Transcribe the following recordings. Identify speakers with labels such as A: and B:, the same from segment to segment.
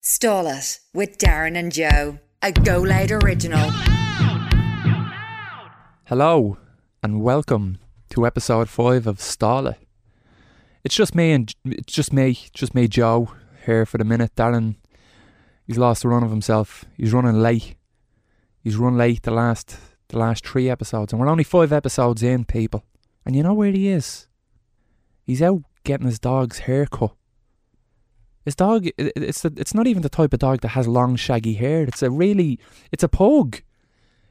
A: Stall It with Darren and Joe, a Go Loud original.
B: Hello, and welcome to episode five of Starlet. It's just me and it's just me, just me, Joe, here for the minute. Darren, he's lost the run of himself. He's running late. He's run late the last the last three episodes, and we're only five episodes in, people. And you know where he is? He's out getting his dog's haircut. His dog, i- i- it's the, it's not even the type of dog that has long, shaggy hair. It's a really, it's a pug.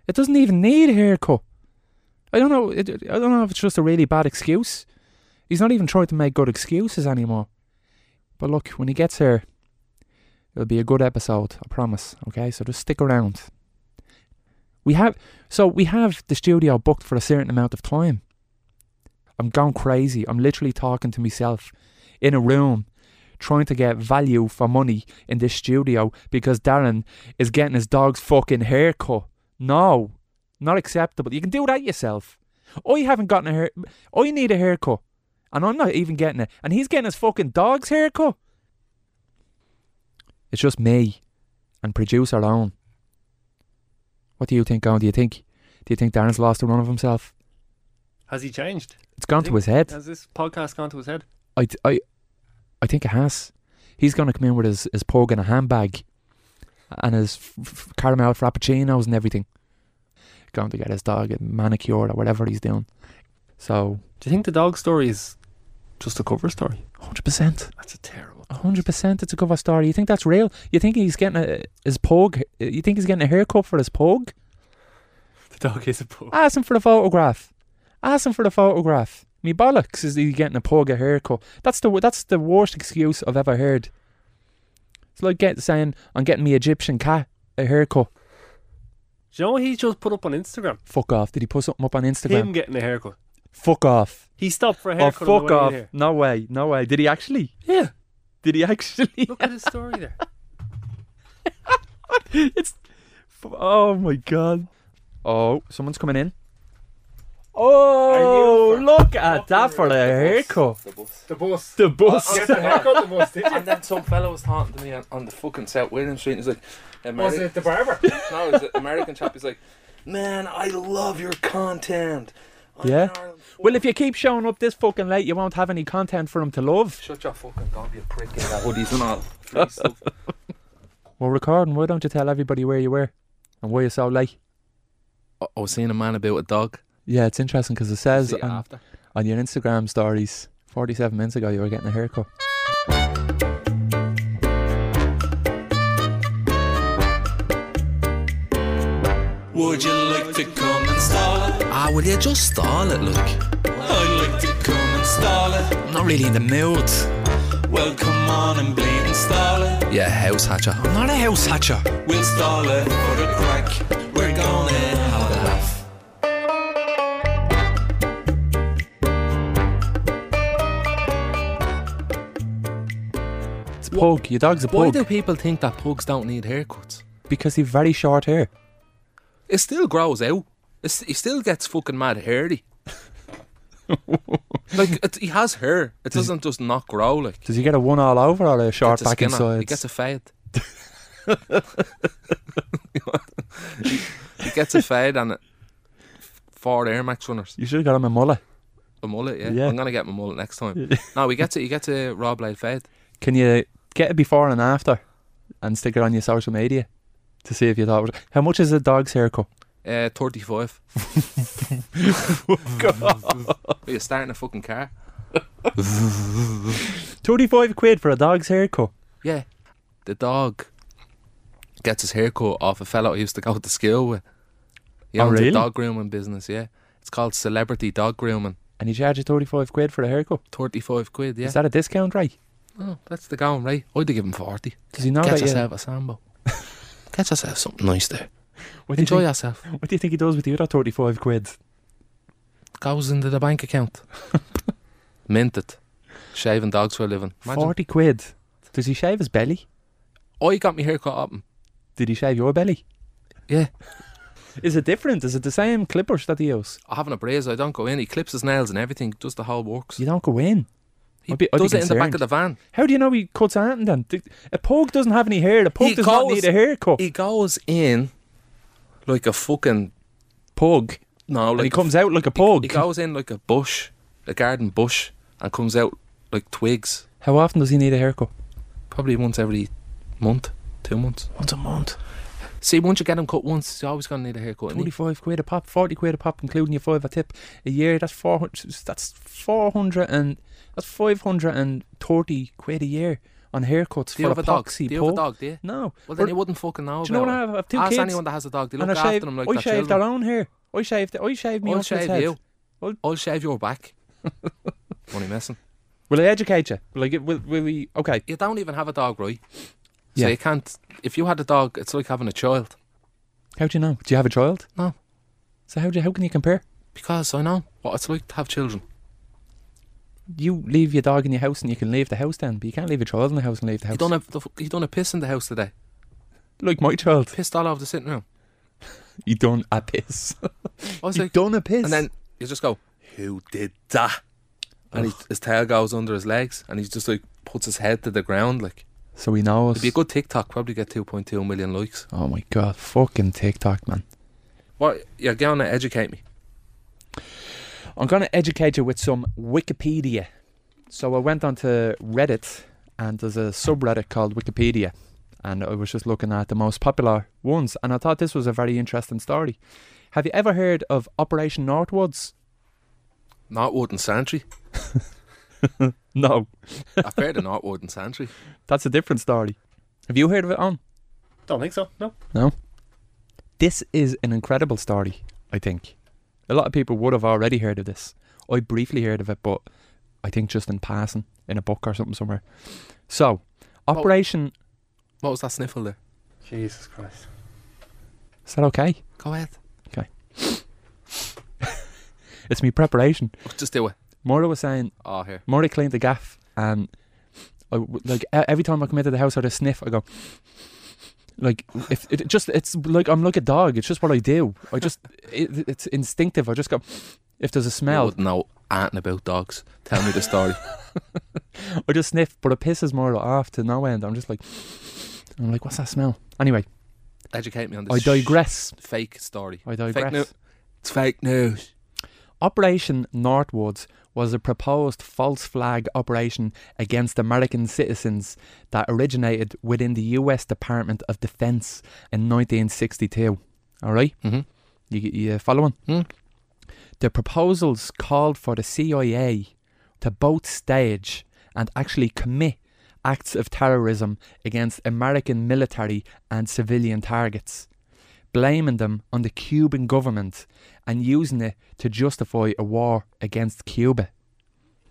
B: It doesn't even need a haircut. I don't know. It, I don't know if it's just a really bad excuse. He's not even trying to make good excuses anymore. But look, when he gets here, it'll be a good episode. I promise. Okay, so just stick around. We have so we have the studio booked for a certain amount of time. I'm going crazy. I'm literally talking to myself in a room, trying to get value for money in this studio because Darren is getting his dog's fucking haircut. No, not acceptable. You can do that yourself. I haven't gotten a hair. I need a haircut, and I'm not even getting it. And he's getting his fucking dog's haircut. It's just me, and producer own. What do you think, Owen? Do you think? Do you think Darren's lost the run of himself?
C: Has he changed?
B: It's gone to his head.
C: Has this podcast gone to his head?
B: I, th- I, I think it has. He's going to come in with his, his pug and a handbag and his f- f- caramel frappuccinos and everything. Going to get his dog a manicure or whatever he's doing. So,
C: Do you think the dog story is just a cover story?
B: 100%.
C: That's a terrible.
B: 100% it's a cover story. You think that's real? You think he's getting a, his pug? You think he's getting a haircut for his pug?
C: The dog is a pug.
B: Ask him for the photograph. Ask him for the photograph. Me bollocks is he getting a pug a haircut. That's the that's the worst excuse I've ever heard. It's like get saying I'm getting me Egyptian cat a haircut.
C: Do you know what he just put up on Instagram?
B: Fuck off. Did he put something up on Instagram?
C: Him getting a haircut.
B: Fuck off.
C: He stopped for a
B: Oh
C: haircut. on
B: fuck
C: the way in
B: off.
C: here.
B: No way, no way. Did he actually?
C: Yeah.
B: Did he actually?
C: Look at his story there.
B: it's Oh my god. Oh, someone's coming in. Oh,
D: for-
B: look at that for a haircut.
D: The bus.
C: The bus.
B: The
C: Oh,
B: bus.
D: Get the haircut,
C: the bus. Did
D: And then some fellow was talking to me on, on the fucking South William Street. And he's like, American,
C: the barber?
D: no, it was an American chap. He's like, man, I love your content. I'm
B: Yeah.
D: an Ireland-
B: Well, if you keep showing up this fucking late, you won't have any content for him to love.
D: shut your fucking dog, you prick, in that hoodies and all. Free stuff.
B: We're recording. Why don't you tell everybody where you were and why you're so late?
D: I I was seeing a man about a dog.
B: Yeah, it's interesting because it says
D: See you
B: on,
D: after.
B: on your Instagram stories 47 minutes ago you were getting a haircut.
E: Would you like to come and stall it?
F: Ah, will you just stall it, look?
E: I'd like to come and stall it.
F: I'm not really in the mood.
E: Well, come on and bleed and stall it.
F: Yeah, house hatcher. I'm not a house hatcher.
E: We'll stall it for the crack. We're gonna have a laugh.
B: It's a pug. Your dog's a
D: Why
B: pug
D: do people think that pugs don't need haircuts?
B: because he's very short hair.
D: It still grows out. It's, he still gets fucking mad hairy. like it, he has hair. It doesn't just not grow. Like
B: Does he get a one all over or a short
D: Gets a
B: back
D: skin on.
B: inside?
D: He gets a fade. he gets a fade and it- four Air Max runners.
B: you should have got him a mullet.
D: A mullet, yeah.
B: Yeah.
D: I'm gonna get my mullet next time. no, he gets it. He gets a raw blade fade.
B: Can you get it before and after and stick it on your social media to see if you thought it was. How much is a dog's haircut?
D: Uh, Thirty-five. Oh, But You're starting a fucking car.
B: 35 quid for a dog's haircut.
D: Yeah. The dog gets his haircut off a fellow he used to go to school with. He
B: Oh,
D: owns
B: really?
D: a dog grooming business, yeah. It's called Celebrity Dog Grooming.
B: And he charges 35 quid for a haircut.
D: 35 quid, yeah.
B: Is that a discount rate?
D: oh, that's the going rate. I'd give him 40.
B: Does he know
D: Get
B: that you-
D: yourself a Sambo. Get yourself something nice there.
B: What do you
D: Enjoy
B: think-
D: yourself.
B: What do you think he does with the other 35 quid?
D: Goes into the bank account. Minted. Shaving dogs for a living. Imagine.
B: 40 quid. Does he shave his belly?
D: I got my haircut up.
B: Did he shave your belly?
D: Yeah.
B: Is it different? Is it the same clippers that he use?
D: I haven't a braise. I don't go in. He clips his nails and everything. Does the whole works.
B: You don't go in.
D: He
B: I'd be- I'd be
D: does it in the back
B: concerned.
D: of the van.
B: How do you know he cuts Anton then? Th- A pug doesn't have any hair. The pug
D: He
B: does not
D: goes-
B: need a haircut.
D: He goes in like a fucking
B: pug.
D: no,
B: And
D: like
B: he
D: a
B: comes out like a pug.
D: He goes in like a bush, a garden bush, and comes out like twigs.
B: How often does he need a haircut?
D: Probably once every month, two months.
B: Once a month.
D: See, once you get him cut once, he's always going to need a haircut. isn't he?
B: 25 quid a pop, 40 quid a pop, including your five a tip a year. That's 400, that's 400 and that's 530 quid a year on haircuts
D: Do
B: for
D: you have
B: a
D: a dog?
B: poxy
D: Do you have
B: pug.
D: a dog? Do you?
B: No.
D: Well, then
B: Or-
D: you wouldn't fucking know.
B: do you know what I
D: about it.
B: have? I have two
D: Ask
B: kids.
D: anyone that has a dog. They look
B: and I
D: after
B: shave,
D: them like
B: I
D: their
B: shave
D: children.
B: their own hair. I shave, the, I shave me
D: I'll
B: uncle's
D: shave
B: head.
D: you.
B: Well-
D: I'll shave your back. Only messing.
B: Will I educate you? Will I get, will, will we, okay.
D: You don't even have a dog, right?
B: Yeah.
D: So you can't. If you had a dog, it's like having a child.
B: How do you know? Do you have a child?
D: No.
B: So how do you, how can you compare?
D: Because I know what it's like to have children.
B: You leave your dog in your house and you can leave the house then, but you can't leave your child in the house and leave the house.
D: You done a the, you done a piss in the house today.
B: like my child.
D: Pissed all over the sitting room.
B: You done a piss.
D: I was
B: You
D: like,
B: done a piss.
D: and then you just go, "Who did that?" And he, his tail goes under his legs, and he's just like puts his head to the ground. Like
B: so he knows.
D: it'd be a good TikTok. Probably get two point two million likes.
B: Oh my god, fucking TikTok, man.
D: What you're going to educate me?
B: I'm going to educate you with some Wikipedia. So I went onto Reddit, and there's a subreddit called Wikipedia. And I was just looking at the most popular ones, and I thought this was a very interesting story. Have you ever heard of Operation Northwoods?
D: Northwood and Santry.
B: No.
D: I've heard of Northwood and Santry.
B: That's a different story. Have you heard of it, On?
C: Don't think so. No.
B: This is an incredible story, I think. A lot of people would have already heard of this. I briefly heard of it, but I think just in passing, in a book or something somewhere. So, Operation.
D: What was that sniffle there?
C: Jesus Christ.
B: Is that okay?
D: Go ahead.
B: It's me preparation.
D: Oh, Just do it.
B: Maura was saying,
D: Oh, here.
B: Maura cleaned the gaff, and I w like e- every time I come into the house, I just sniff. I go, like if it just it's like I'm like a dog. It's just what I do. I just it, it's instinctive. I just go if there's a
D: You
B: smell,
D: wouldn't know anything about dogs. Tell me the story.
B: I just sniff. But it pisses Maura off to no end. I'm just like, I'm like, what's that smell? Anyway,
D: educate me on this.
B: I digress.
D: sh- fake story.
B: I
D: Fake
B: digress.
D: news. It's fake news.
B: Operation Northwoods was a proposed false flag operation against American citizens that originated within the US Department of Defense in 1962. All right?
D: Mhm.
B: You, you following?
D: Hmm.
B: øh, The proposals called for the CIA to both stage and actually commit acts of terrorism against American military and civilian targets, blaming them on the Cuban government and using it to justify a war against Cuba.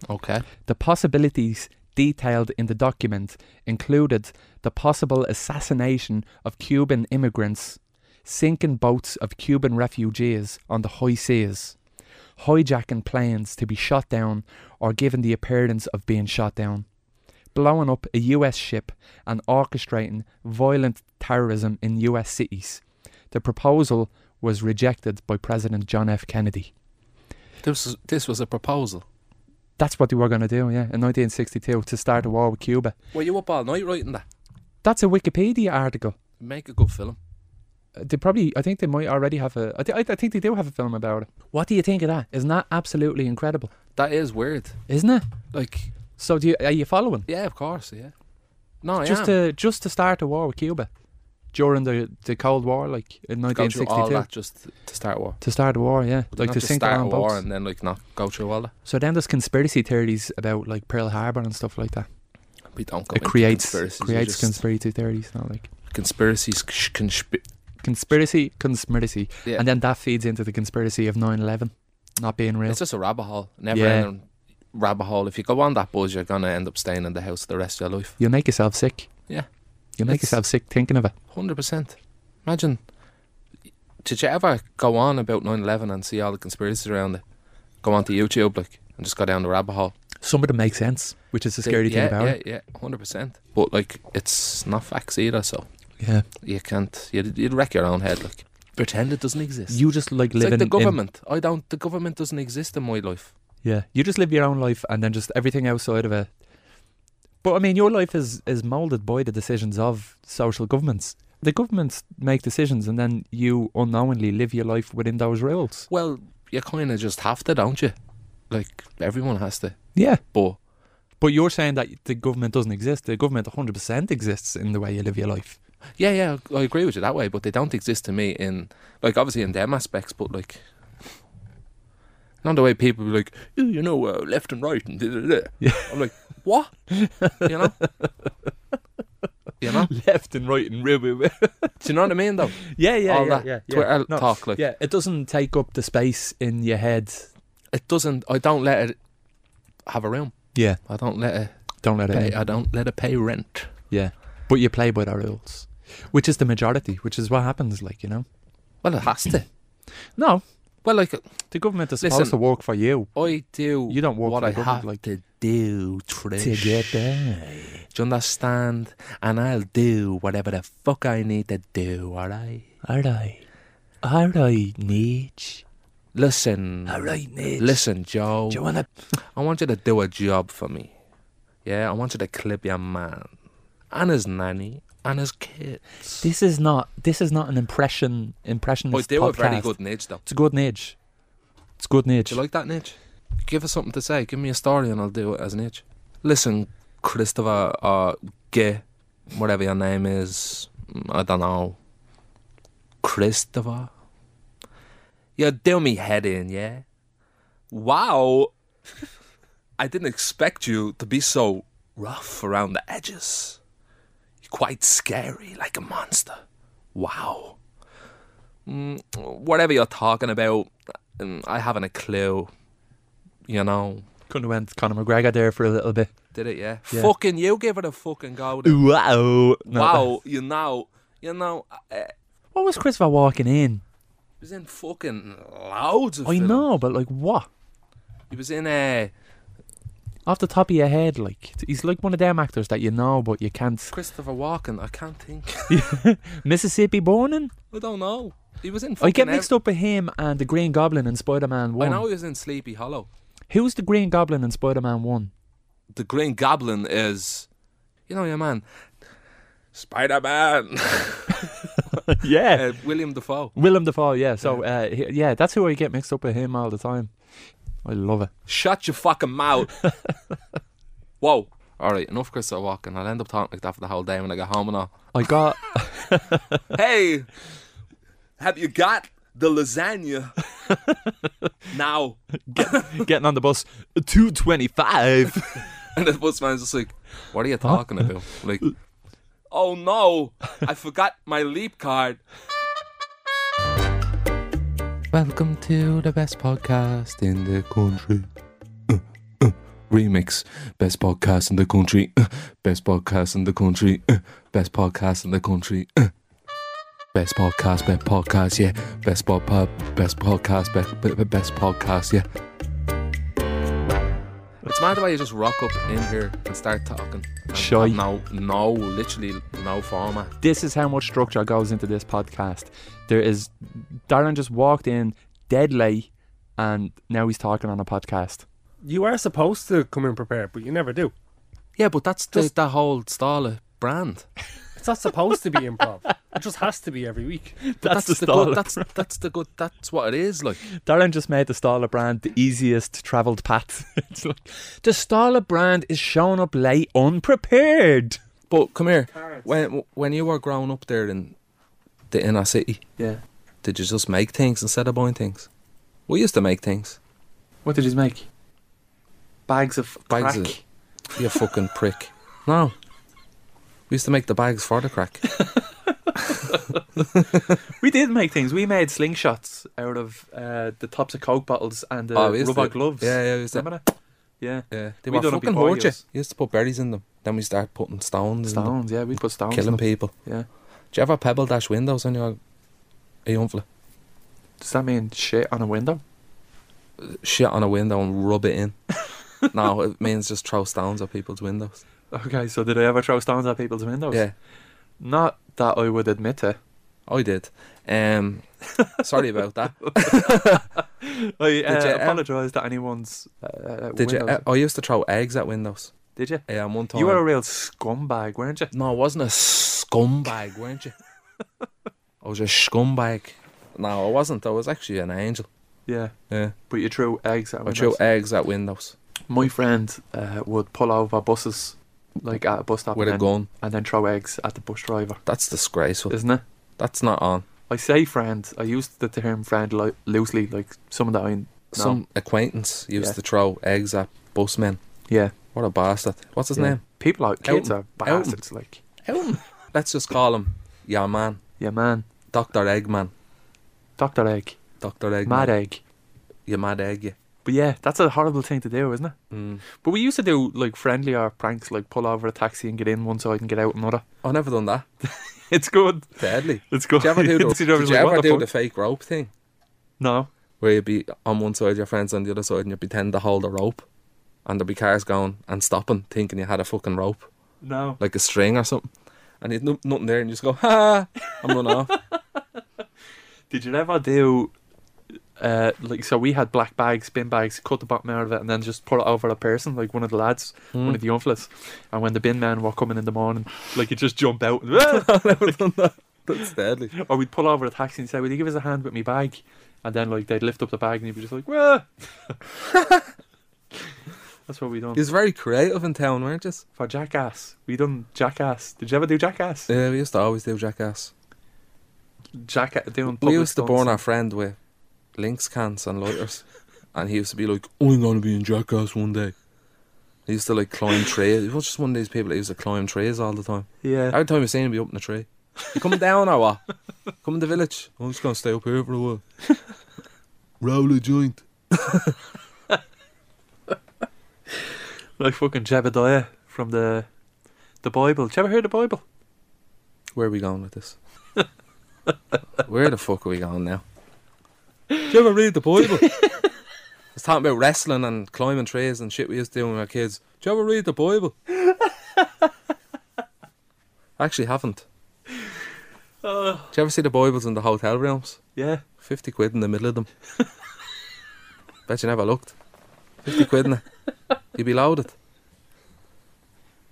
D: Okay.
B: The possibilities detailed in the document included the possible assassination of Cuban immigrants, sinking boats of Cuban refugees on the high seas, hijacking planes to be shot down or given the appearance of being shot down, blowing up a US ship, and orchestrating violent terrorism in US cities. The proposal was rejected by President John F. Kennedy.
D: This was, this was a proposal.
B: That's what they were going to do, yeah, in 1962 to start a war with Cuba.
D: Were you up all night writing that?
B: That's a Wikipedia article.
D: Make a good film.
B: Uh, They probably, I think they might already have a. I, thi- I, I think they do have a film about it. What do you think of that? Isn't that absolutely incredible?
D: That is weird.
B: Isn't it?
D: Like,
B: So, do you, are you following?
D: yeah, of course, yeah. No, I
B: just
D: am.
B: to just to start a war with Cuba during the the Cold War, like in
D: go through all
B: 1962,
D: that just to start a war.
B: to start a war, yeah, like
D: not
B: to
D: just
B: sink
D: start
B: their
D: a
B: own
D: war
B: boats.
D: and then like not go through all that.
B: So then there's conspiracy theories about like Pearl Harbor and stuff like that.
D: We don't go
B: It
D: into
B: creates
D: conspiracies. we
B: creates
D: just-
B: conspiracy theories, not like
D: conspiracies. Ksh, conspi-
B: conspiracy conspiracy.
D: yeah.
B: And then that feeds into the conspiracy of 9 11 not being real.
D: it's just a rabbit hole. Never
B: Yeah.
D: ending rabbit hole. If you go on that buzz, you're gonna end up staying in the house the rest of your life.
B: You'll make yourself sick.
D: Yeah.
B: You'll make
D: It's-
B: yourself sick thinking of it.
D: Hundred percent. Imagine. Did you ever go on about 9-11 and see all the conspiracies around it? Go onto YouTube like and just go down the rabbit hole.
B: Some of them make sense, which is the
D: They-
B: scary thing
D: yeah,
B: about
D: yeah,
B: it.
D: Yeah, hundred percent. But like, it's not facts either, so
B: Yeah.
D: you can't. You'd, you'd wreck your own head. Like, pretend it doesn't exist.
B: You just like
D: it's
B: living
D: like the
B: in-
D: government. I don't. The government doesn't exist in my life.
B: Yeah, you just live your own life, and then just everything outside of it. But I mean, your life is is molded by the decisions of social governments. The governments make decisions, and then you unknowingly live your life within those rules.
D: Well, you kind of just have to, don't you? Like everyone has to.
B: Yeah,
D: But
B: but you're saying that the government doesn't exist. The government 100% exists in the way you live your life.
D: yeah, yeah, I agree with you that way. But they don't exist to me in like obviously in them aspects, but like not the way people be like, "Oh, you know, uh, left and right and da, da, da."
B: Yeah.
D: I'm like, what? you know. You know, do
B: Left and right and rib, rib, rib.
D: you know what I mean? Though
B: yeah, yeah,
D: all
B: yeah,
D: that
B: yeah, yeah.
D: Twitter
B: No,
D: talk, like
B: yeah, it doesn't take up the space in your head.
D: it doesn't. I don't let it have a room.
B: Yeah,
D: I don't let it.
B: don't let it.
D: Pay,
B: in.
D: I don't let it pay rent.
B: Yeah, but you play by the rules, which is the majority, which is what happens. Like you know,
D: Well, it has to.
B: no,
D: Well, like
B: the government is
D: Listen,
B: supposed to work for you
D: I do.
B: You don't work
D: what
B: for
D: I
B: the government,
D: have
B: like-
D: to do, Trish.
B: to get there.
D: Do you understand? And I'll do whatever the fuck I need to do. All right.
B: All right, all right, Nietzsche.
D: Listen.
B: All right, Nietzsche.
D: Listen, Joe.
B: do you wanna?
D: I want you to do a job for me. Yeah, I want you to clip your man and his nanny and his kid.
B: This is not. This is not an impression.
D: I
B: Impressionist
D: do a
B: podcast.
D: very good niche, though.
B: It's a good niche. It's a good niche.
D: Do you like that niche? Give us something to say. Give me a story and I'll do it as an itch. Listen, Christopher or Gay, whatever your name is, mm, I don't know. Christopher? You do me head in, yeah? Wow! I didn't expect you to be so rough around the edges. You're quite scary, like a monster. Wow. Mm, whatever you're talking about, mm, I haven't a clue. You know,
B: Couldn't have went Conor McGregor there for a little bit.
D: did it? Yeah.
B: Yeah.
D: Fucking you, give it a fucking go. then.
B: Wow.
D: wow, you know, you know, uh, it
B: What was Christopher walking in?
D: was in fucking loads of.
B: I
D: films.
B: know, but like what?
D: He was in uh,
B: Off the top of your head, like he's like one of them actors that you know, but you can't.
D: Christopher Walken. I can't think.
B: Mississippi Burning.
D: I don't know. He was in.
B: I get
D: fucking
B: mixed up with him and the Green Goblin in Spider-Man
D: ev- I
B: One.
D: know he was in Sleepy Hollow.
B: Who's the Green Goblin in Spider-Man One?
D: The Green Goblin is, you know, your man, Spider Man,
B: yeah,
D: uh, William Defoe.
B: Willem Dafoe. Yeah, so uh, he- yeah, that's who I get mixed up with him all the time. I love it.
D: Shut your fucking mouth. Whoa. All right, enough Christopher Walken. I'll end up talking like that for the whole day when I get home and all.
B: I got
D: hey, have you got the lasagna? now.
B: getting on the bus two twenty-five.
D: And the busman's just like, what are you talking about? Like, oh no, I forgot my leap card. Welcome to the best podcast in the country. Uh, uh, Remix. Best podcast in the country. Uh, Best podcast in the country. Uh, Best podcast in the country. Uh, Best podcast, best podcast, yeah. Best pod, pod- best podcast, best, be- be- best podcast, yeah. It's mad the way you just rock up in here and start talking. And
B: Shy.
D: have No, no, literally no format.
B: this is how much structure goes into this podcast. There is Darren just walked in dead late, and now he's talking on a podcast.
C: You are supposed to come in prepared, but you never do.
D: Yeah, but that's just the whole Starla brand.
C: It's not supposed to be improv. It just has to be every week.
D: But
B: That's the Starla
D: good. That's that's the good. That's what it is. Like
B: Darren just made the Stala brand the easiest travelled path. it's like the Stala brand is showing up late, unprepared.
D: But come here. When when you were growing up there in the inner city,
B: Yeah.
D: did you just make things instead of buying things? We used to make things.
B: What did he make? Bags of
D: Bags
B: crack.
D: of- You fucking prick. No. We used to make the bags for the crack.
B: We did make things. We made slingshots out of uh, the tops of coke bottles and the
D: Oh, we used
B: rubber
D: to-
B: gloves.
D: Yeah, yeah, we used to-
B: Remember that? Yeah.
D: Yeah, they
B: We
D: were
B: done it
D: fucking
B: before
D: hoard you.
B: yours.
D: You used to put berries in them. Then we start putting stones, in them,
B: Stones. Yeah, we put stones. in
D: killing
B: them.
D: people.
B: Yeah.
D: Do you ever pebble dash windows on your a young fella?
B: Does that mean shit on a window?
D: Shit on a window and rub it in. no, it means just throw stones at people's windows.
B: Okay, so did I ever throw stones at people's windows?
D: Yeah.
B: Not that I would admit to.
D: I did. Um, sorry about that.
B: I
D: uh,
B: apologise that anyone's. Uh,
D: Did you? I used to throw eggs at windows.
B: did you?
D: Yeah, one time.
B: You were a real scumbag, weren't you?
D: No, I wasn't a scumbag, weren't you? I was a scumbag. No, I wasn't. I was actually an angel.
B: Yeah.
D: Yeah.
B: But you threw eggs at
D: I
B: me.
D: threw eggs at windows
B: My friend uh, would pull over buses, like at a bus stop,
D: with a
B: and, then,
D: gun.
B: and then throw eggs at the bus driver,
D: That's disgraceful.
B: isn't it?
D: That's not on.
B: I say friend. I used the term friend li- loosely, like someone that I know.
D: Some acquaintance used
B: Yeah.
D: to throw eggs at busmen.
B: yeah,
D: What a bastard. What's his
B: yeah.
D: name?
B: People are kids
D: Elton.
B: are
D: Elton.
B: bastards. Like,
D: Elton. Let's just call him your man,
B: yeah, man,
D: Doctor Eggman,
B: Doctor Egg,
D: Doctor Eggman.
B: Mad Egg.
D: You mad egg, you.
B: But yeah, that's a horrible thing to do, isn't it?
D: Mm.
B: But we used to do like friendlier pranks, like pull over a taxi and get in one side and get out another.
D: I never done that.
B: It's good.
D: Deadly.
B: It's good.
D: Did you ever do the,
B: Taxi driver's
D: did you
B: like, "What
D: ever
B: the
D: do
B: fuck?"
D: the fake rope thing?
B: No.
D: where you'd be on one side, your friends on the other side, and you'd pretend to hold a rope, and there'd be cars going and stopping, thinking you had a fucking rope,
B: No.
D: like a string or something, and you'd no- nothing there, and you just go, ha, I'm running off.
B: Did you ever do? Uh, like so, we had black bags, bin bags, cut the bottom out of it, and then just put it over a person, like one of the lads,
D: Hmm.
B: one of the young fellas. And when the bin men were coming in the morning, like you just jump out, and, "Ah!"
D: That's deadly.
B: or we'd pull over a taxi and say, "Will you give us a hand with me bag?" And then like they'd lift up the bag, and you'd be just like, "Wah!" That's what we done
D: He was very creative in town, weren't you?
B: for Jackass. We done Jackass. Did you ever do Jackass?
D: Yeah, Uh, we used to always do jackass.
B: Jackass doing.
D: we
B: public
D: used to
B: stunts.
D: burn our friend with links cans and lighters, and he used to be like, I'm gonna be in jackass one day. He used to like climb trees. He was just one of these people that used to climb trees all the time.
B: Yeah.
D: Every time you see him, be up in a tree. You coming down or what? Come in the village. I'm just gonna stay up here for a while. Roll a joint.
B: Like fucking Jebediah from the the Bible. Did you ever hear the Bible?
D: Where are we going with this? Where the fuck are we going now? Did you ever read the Bible? I was talking about wrestling and climbing trees and shit we used to do when we were kids. Did you ever read the Bible? I actually haven't. Do you ever see the Bibles in the hotel rooms?
B: Yeah.
D: 50 quid in the middle of them. Bet you never looked. 50 quid in it. You'd be loaded.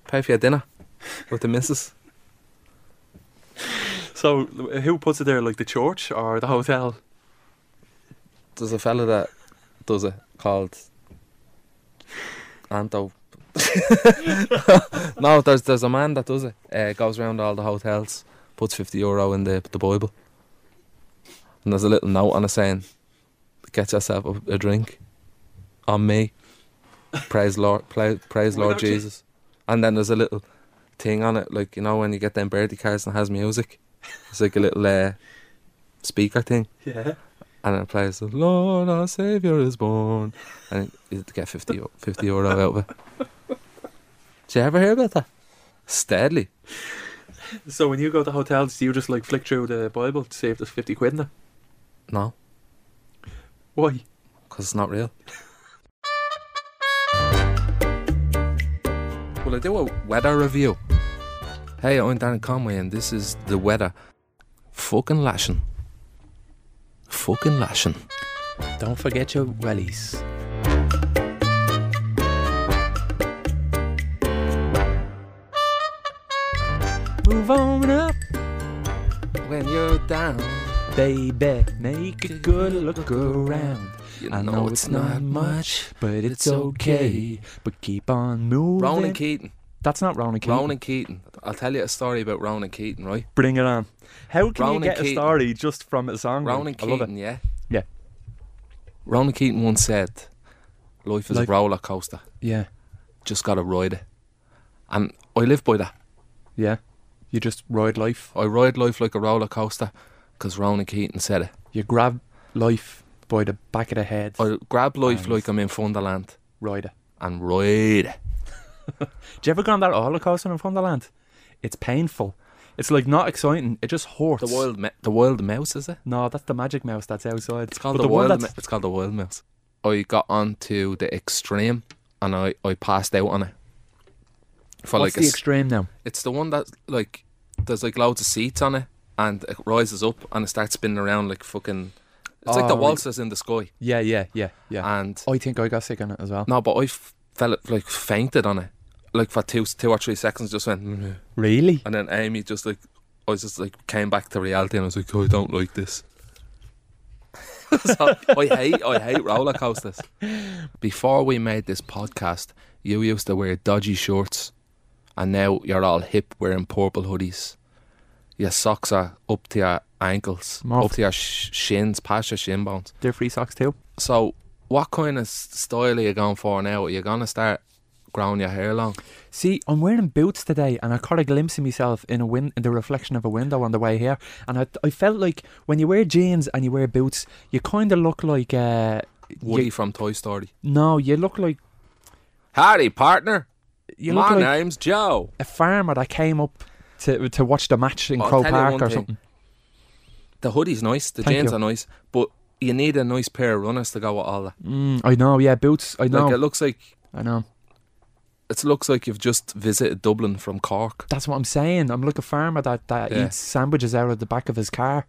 D: Pay for your dinner with the missus.
B: So l- who puts it there? Like the church or the hotel?
D: There's a fella that does it called Anto. no, there's there's a man that does it. Uh, goes around all the hotels, puts 50 euro in the, the Bible. And there's a little note on it saying, Get yourself a, a drink on me. Praise Lord, pla- praise Lord
B: Without you.
D: Jesus. And then there's a little thing on it, like you know when you get them birthday cards and it has music. It's like a little uh, speaker thing,
B: Yeah.
D: and it plays "The Lord our Savior is born," and you get 50, eu- 50 euro out of it. Did you ever hear about that? Steadily,
B: So when you go to hotels, do you just like flick through the Bible to see if there's fifty quid in it?
D: no,
B: Why?
D: because it's not real. Well, I do a weather review. Hey, I'm Darren Conway, and this is the weather. Fucking lashing. Fucking lashing.
B: Don't forget your wellies. Move on up,
D: When you're down,
B: baby. Make a good look around.
D: you
B: I know it's not much, but it's okay. But keep on moving.
D: Ronan Keaton.
B: That's not Ronan Keating.
D: Ronan Keaton. I'll tell you a story about Ronan Keaton, right?
B: Bring it on. How can
D: Ronan
B: you get
D: Keating.
B: a story just from a song?
D: Ronan
B: Mm, I love
D: Keaton,
B: it.
D: yeah?
B: Yeah.
D: Ronan Keaton once said, Life is
B: Life-
D: a roller coaster.
B: Yeah,
D: Just gotta ride it. And I live by that.
B: yeah. You just ride life.
D: I ride life like a roller coaster because Ronan Keating said it.
B: You grab life by the back of the head.
D: I grab life
B: Nice.
D: like I'm in Funderland
B: Ride it.
D: and ride it.
B: Do you ever go on that roller coaster in Funderland? It's painful. It's like not exciting. It just hurts.
D: The wild, me- the wild mouse, is it?
B: No, that's the magic mouse that's outside.
D: It's called
B: But
D: the,
B: one
D: wild.
B: that's-
D: Mi- it's called the wild mouse. I got onto the extreme, and I, I passed out on it. For
B: What's
D: like a
B: the
D: s-
B: extreme now?
D: It's the one that like there's like loads of seats on it, and it rises up and it starts spinning around like fucking. It's like the
B: Oh,
D: waltzers in the sky.
B: Yeah, yeah, yeah, yeah.
D: And
B: I think I got sick on it as well.
D: no, but I f- fell like fainted on it, like for two two or three seconds, just went. "Mm."
B: Really?
D: And then Amy just like, I was just like came back to reality and I was like, "Oh, I don't like this. so, I hate I hate roller coasters. Before we made this podcast, you used to wear dodgy shorts, and now you're all hip wearing purple hoodies. Your socks are up to your ankles,
B: Morph.
D: up to your sh- shins, past your shin bones.
B: They're free socks too.
D: So, what kind of s- style are you going for now? Are you going to start growing your hair long?
B: See, I'm wearing boots today, and I caught a glimpse of myself in a win- in the reflection of a window on the way here, and I, I felt like when you wear jeans and you wear boots, you kind of look like uh,
D: Woody
B: you,
D: from Toy Story.
B: no, you look like
D: Harry, partner.
B: you
D: My
B: look like
D: name's Joe.
B: a farmer that came up to to watch the match in
D: eh? Well,
B: Crow
D: I'll tell you
B: Park or
D: one thing.
B: something.
D: The hoodie's nice, the
B: Thank
D: jeans
B: you.
D: are nice, but you need a nice pair of runners to go with all that.
B: Mm, I know, yeah, boots. I know,
D: Like it looks like
B: I know.
D: it looks like you've just visited Dublin from Cork.
B: That's what I'm saying. I'm like a farmer that, that
D: Yeah.
B: eats sandwiches out of the back of his car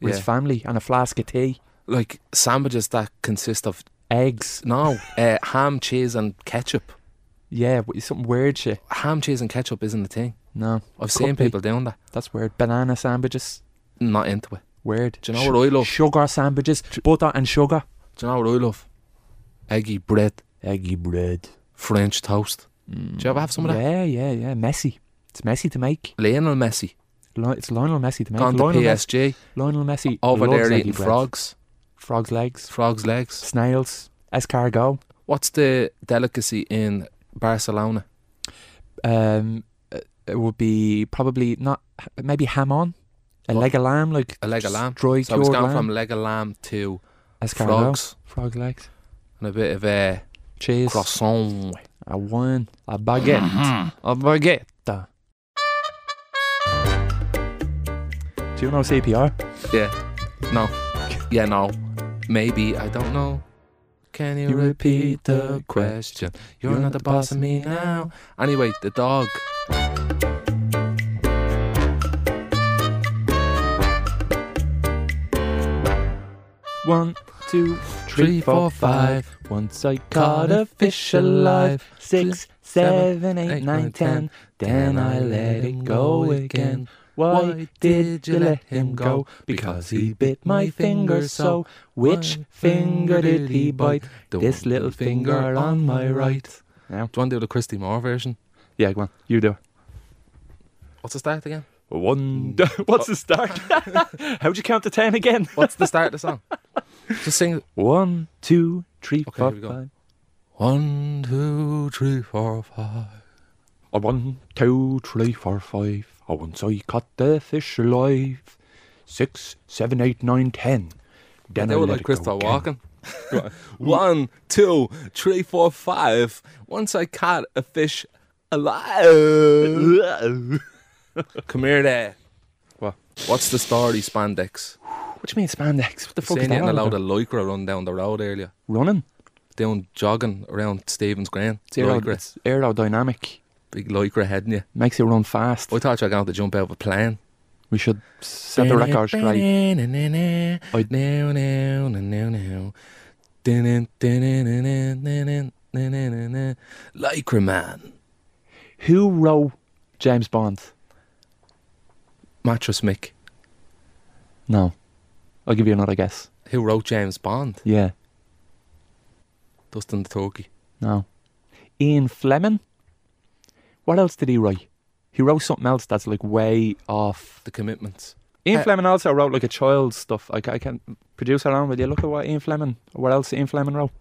B: with
D: Yeah.
B: his family and a flask of tea,
D: Like sandwiches that consist of
B: eggs.
D: no uh, ham, cheese, and ketchup.
B: Yeah, w- something weird shit.
D: Ham, cheese, and ketchup isn't a thing.
B: No,
D: I've
B: Could
D: seen
B: be.
D: people doing that.
B: that's weird. Banana sandwiches.
D: Not into it.
B: Weird.
D: Do you know what I love?
B: Sugar sandwiches, butter and sugar.
D: Do you know what I love? Eggy bread,
B: Eggy bread.
D: French toast. Mm. Do you ever have some of that?
B: Yeah, yeah, yeah. Messy. It's messy to make.
D: Lionel Messi
B: Li- It's Lionel Messi to make.
D: gone to
B: Lionel Messi.
D: PSG
B: Lionel Messi
D: over
B: loves
D: there
B: eggy
D: eating
B: bread.
D: frogs,
B: frogs' legs,
D: frogs legs.
B: snails, escargot,
D: What's the delicacy in Barcelona?
B: um, uh, it would be probably not maybe ham on, a
D: What?
B: leg of lamb, like
D: A leg of
B: just
D: lamb.
B: dry
D: So it's
B: cured
D: gone
B: lamb,
D: from leg of lamb to
B: escargot,
D: frogs
B: frog legs,
D: and a bit of a
B: cheese,
D: croissant.
B: a wine, a
D: Mm-hmm.
B: baguette, a baguette. Do you know CPR?
D: Yeah. No. Yeah, no. Maybe I don't know. Can you,
B: You
D: repeat
B: repeat
D: the
B: the
D: question? You're, not the boss of me now. Anyway, the dog.
B: One, two, three, four, five. Once I caught a fish alive. Six, seven, eight, nine, ten. Then I let it go again. Why did you let him go? Because he bit my finger so. Which finger did he bite? This little finger on my right.
D: Do you want to do the Christy Moore version?
B: Yeah, go on. You do.
D: What's the start again?
B: One. What's the start? How'd you count to ten again?
D: What's the start of the song? Just sing
B: One, two, three,
D: Okay,
B: four,
D: here we go.
B: five.
D: one, two, three, four, five.
B: A one, two, three, four, five. A once I caught the fish alive. Six, seven, eight, nine, ten. Then
D: They
B: I
D: were
B: let
D: like
B: it
D: Christopher
B: go again.
D: Walken. One, two, three, four, five. Once I caught a fish alive. Come here, there.
B: What?
D: What's the story, spandex?
B: What do you mean spandex? What the fuck is
D: Seen
B: that?
D: it in a
B: all
D: load
B: about?
D: of lycra run down the road earlier,
B: Running.
D: down jogging around Stephen's Green.
B: It's aero-
D: Lycra,
B: it's aerodynamic.
D: big lycra head in you.
B: Makes you run fast.
D: I thought you were going to jump out of a plane.
B: We should set the record straight.
D: I now now now now now. Dun-dun, dun-dun, dun-dun, dun-dun, dun-dun, dun-dun. Lycra man,
B: Who wrote James Bond?
D: mattress Mick,
B: No. I'll give you another guess.
D: who wrote James Bond,
B: Yeah.
D: Dustin the Turkey.
B: No. Ian Fleming? What else did he write? He wrote something else that's like way off.
D: The Commitments.
B: Ian
D: Uh,
B: Fleming also wrote like a child stuff. I, ca- I can't produce her on with you. Look at what Ian Fleming, what else Ian Fleming wrote.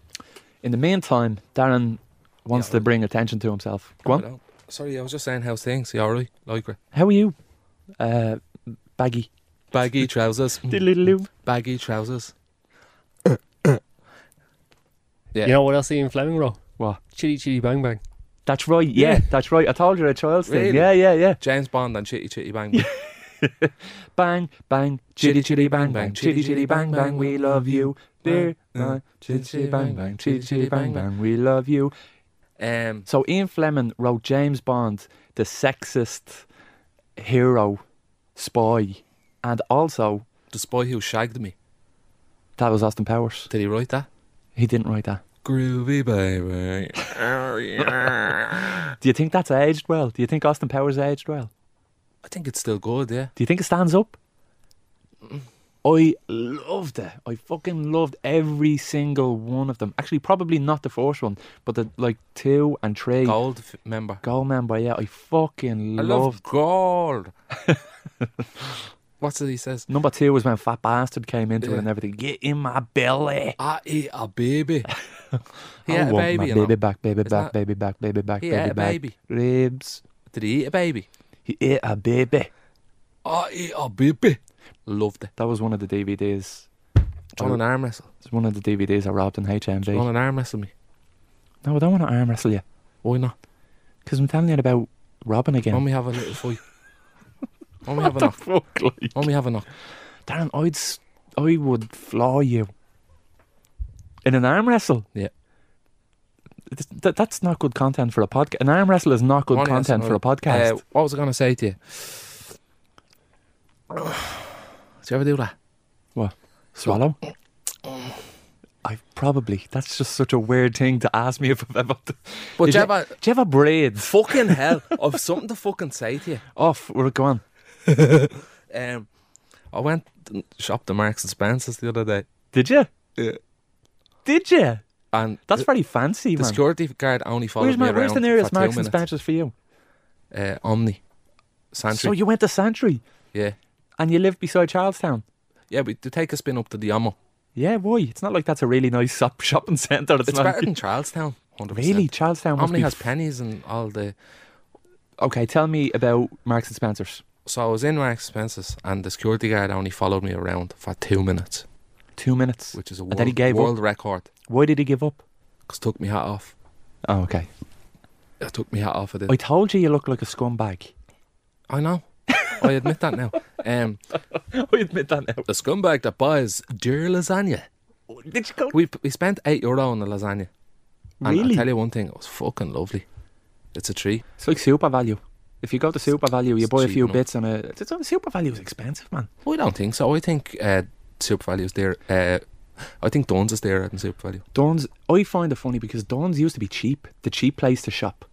B: In the meantime, Darren wants
D: Yeah,
B: to
D: well-
B: bring attention to himself. Go on.
D: Hello. Sorry, I was just saying how's things. You alright, Lycra?
B: How are you? Uh, baggy.
D: Baggy trousers.
B: Diddle-diddle-doo.
D: Baggy trousers. Yeah.
C: You know what else Ian Fleming wrote?
B: What?
C: Chitty Chitty Bang Bang.
B: That's right. Yeah,
D: Yeah.
B: that's right. I told you a child's
D: Really?
B: thing. Yeah, yeah, yeah.
D: James Bond and Chitty Chitty Bang Bang.
B: Bang, bang, chitty chitty bang bang, chitty chitty bang bang, we love you.
D: Uh,
B: Beer, bang, chitty chitty bang bang, chitty chitty bang bang, we love you.
D: um,
B: So Ian Fleming wrote James Bond, the sexist hero, spy, And also,
D: This boy who shagged me.
B: that was Austin Powers.
D: Did he write that?
B: He didn't write that.
D: Groovy baby. Oh, yeah.
B: Do you think that's aged well? Do you think Austin Powers aged well?
D: I think it's still good, yeah.
B: Do you think it stands up? I loved it. I fucking loved every single one of them. Actually, probably not the first one, but the like two and three.
D: Gold f- member.
B: Goal man, but yeah, I fucking
D: I
B: loved.
D: love gold. What's it he says?
B: Number two was when Fat Bastard came into it
D: Yeah.
B: and everything. Get in my belly.
D: I eat a baby. he
B: I
D: ate a
B: want
D: baby.
B: my
D: you
B: baby
D: know.
B: back, baby
D: Isn't
B: back,
D: that-
B: baby back, baby back,
D: He
B: baby
D: ate a
B: back.
D: baby.
B: Ribs.
D: Did he eat a baby?
B: He ate a baby.
D: I eat a baby. Loved it.
B: That was one of the DVDs.
D: John and arm wrestle.
B: It's one of the DVDs I robbed in HMV.
D: John and arm wrestle me.
B: No, I don't want to arm wrestle you
D: Why not?
B: because I'm telling you about Robin again.
D: When we have a little fight. When we have a knock.
B: fuck, like
D: When we have a knock.
B: Darren, I'd s- I would floor you in an arm wrestle.
D: Yeah.
B: Th- th- that's not good content for a podcast. An arm wrestle is not good
D: Morning,
B: content for a podcast.
D: Uh, what was I going to say to you? Did you ever do that?
B: Swallow. I probably. That's just such a weird thing to ask me if I've ever. d-
D: But
B: Did
D: you ever-
B: Do you ever breathe?
D: Fucking hell. I've something to fucking say to you.
B: Off. We're going.
D: Um, I went and shopped at Marks and Spencer's the other day.
B: Did you?
D: Yeah.
B: Did you?
D: And
B: That's
D: the,
B: very fancy,
D: the
B: man.
D: security guard only followed
B: Where's,
D: me
B: my,
D: around
B: where's the nearest
D: for two
B: Marks and
D: minutes.
B: Spencer's for you?
D: Uh, Omni. Santry.
B: So you went to Santry
D: yeah.
B: and you lived beside Charlestown.
D: Yeah, but to take a spin up to the Ammo.
B: Yeah, why? It's not like that's a really nice shop- shopping centre. It's,
D: It's
B: not
D: better than Charlestown. 100%.
B: really Charlestown. Must
D: Omni
B: be
D: has pennies and all the
B: okay, tell me about Marks and Spencers.
D: So I was in my expenses, and the security guard only followed me around for two minutes,
B: Two minutes.
D: which is a
B: And
D: world,
B: then he gave up.
D: world record.
B: Why did he give up?
D: Cause took me hat off.
B: Oh, okay.
D: I took me hat off. I did.
B: I told Oh, you you look like a scumbag.
D: I know. I admit that now. Um,
B: I admit that now.
D: the scumbag that buys dear lasagna.
B: Did you go?
D: We we spent eight euro on the lasagna. And
B: Really?
D: I tell you one thing, it was fucking lovely. It's a tree.
B: It's like super value. If you go to super value, you
D: It's
B: buy a
D: cheap,
B: few
D: no?
B: bits and a. It's, super value is expensive, man.
D: I don't think so. I think uh, Super Value's there. Uh, I think Don's is there than Super Value.
B: Don's. I find it funny because Don's used to be cheap, the cheap place to shop.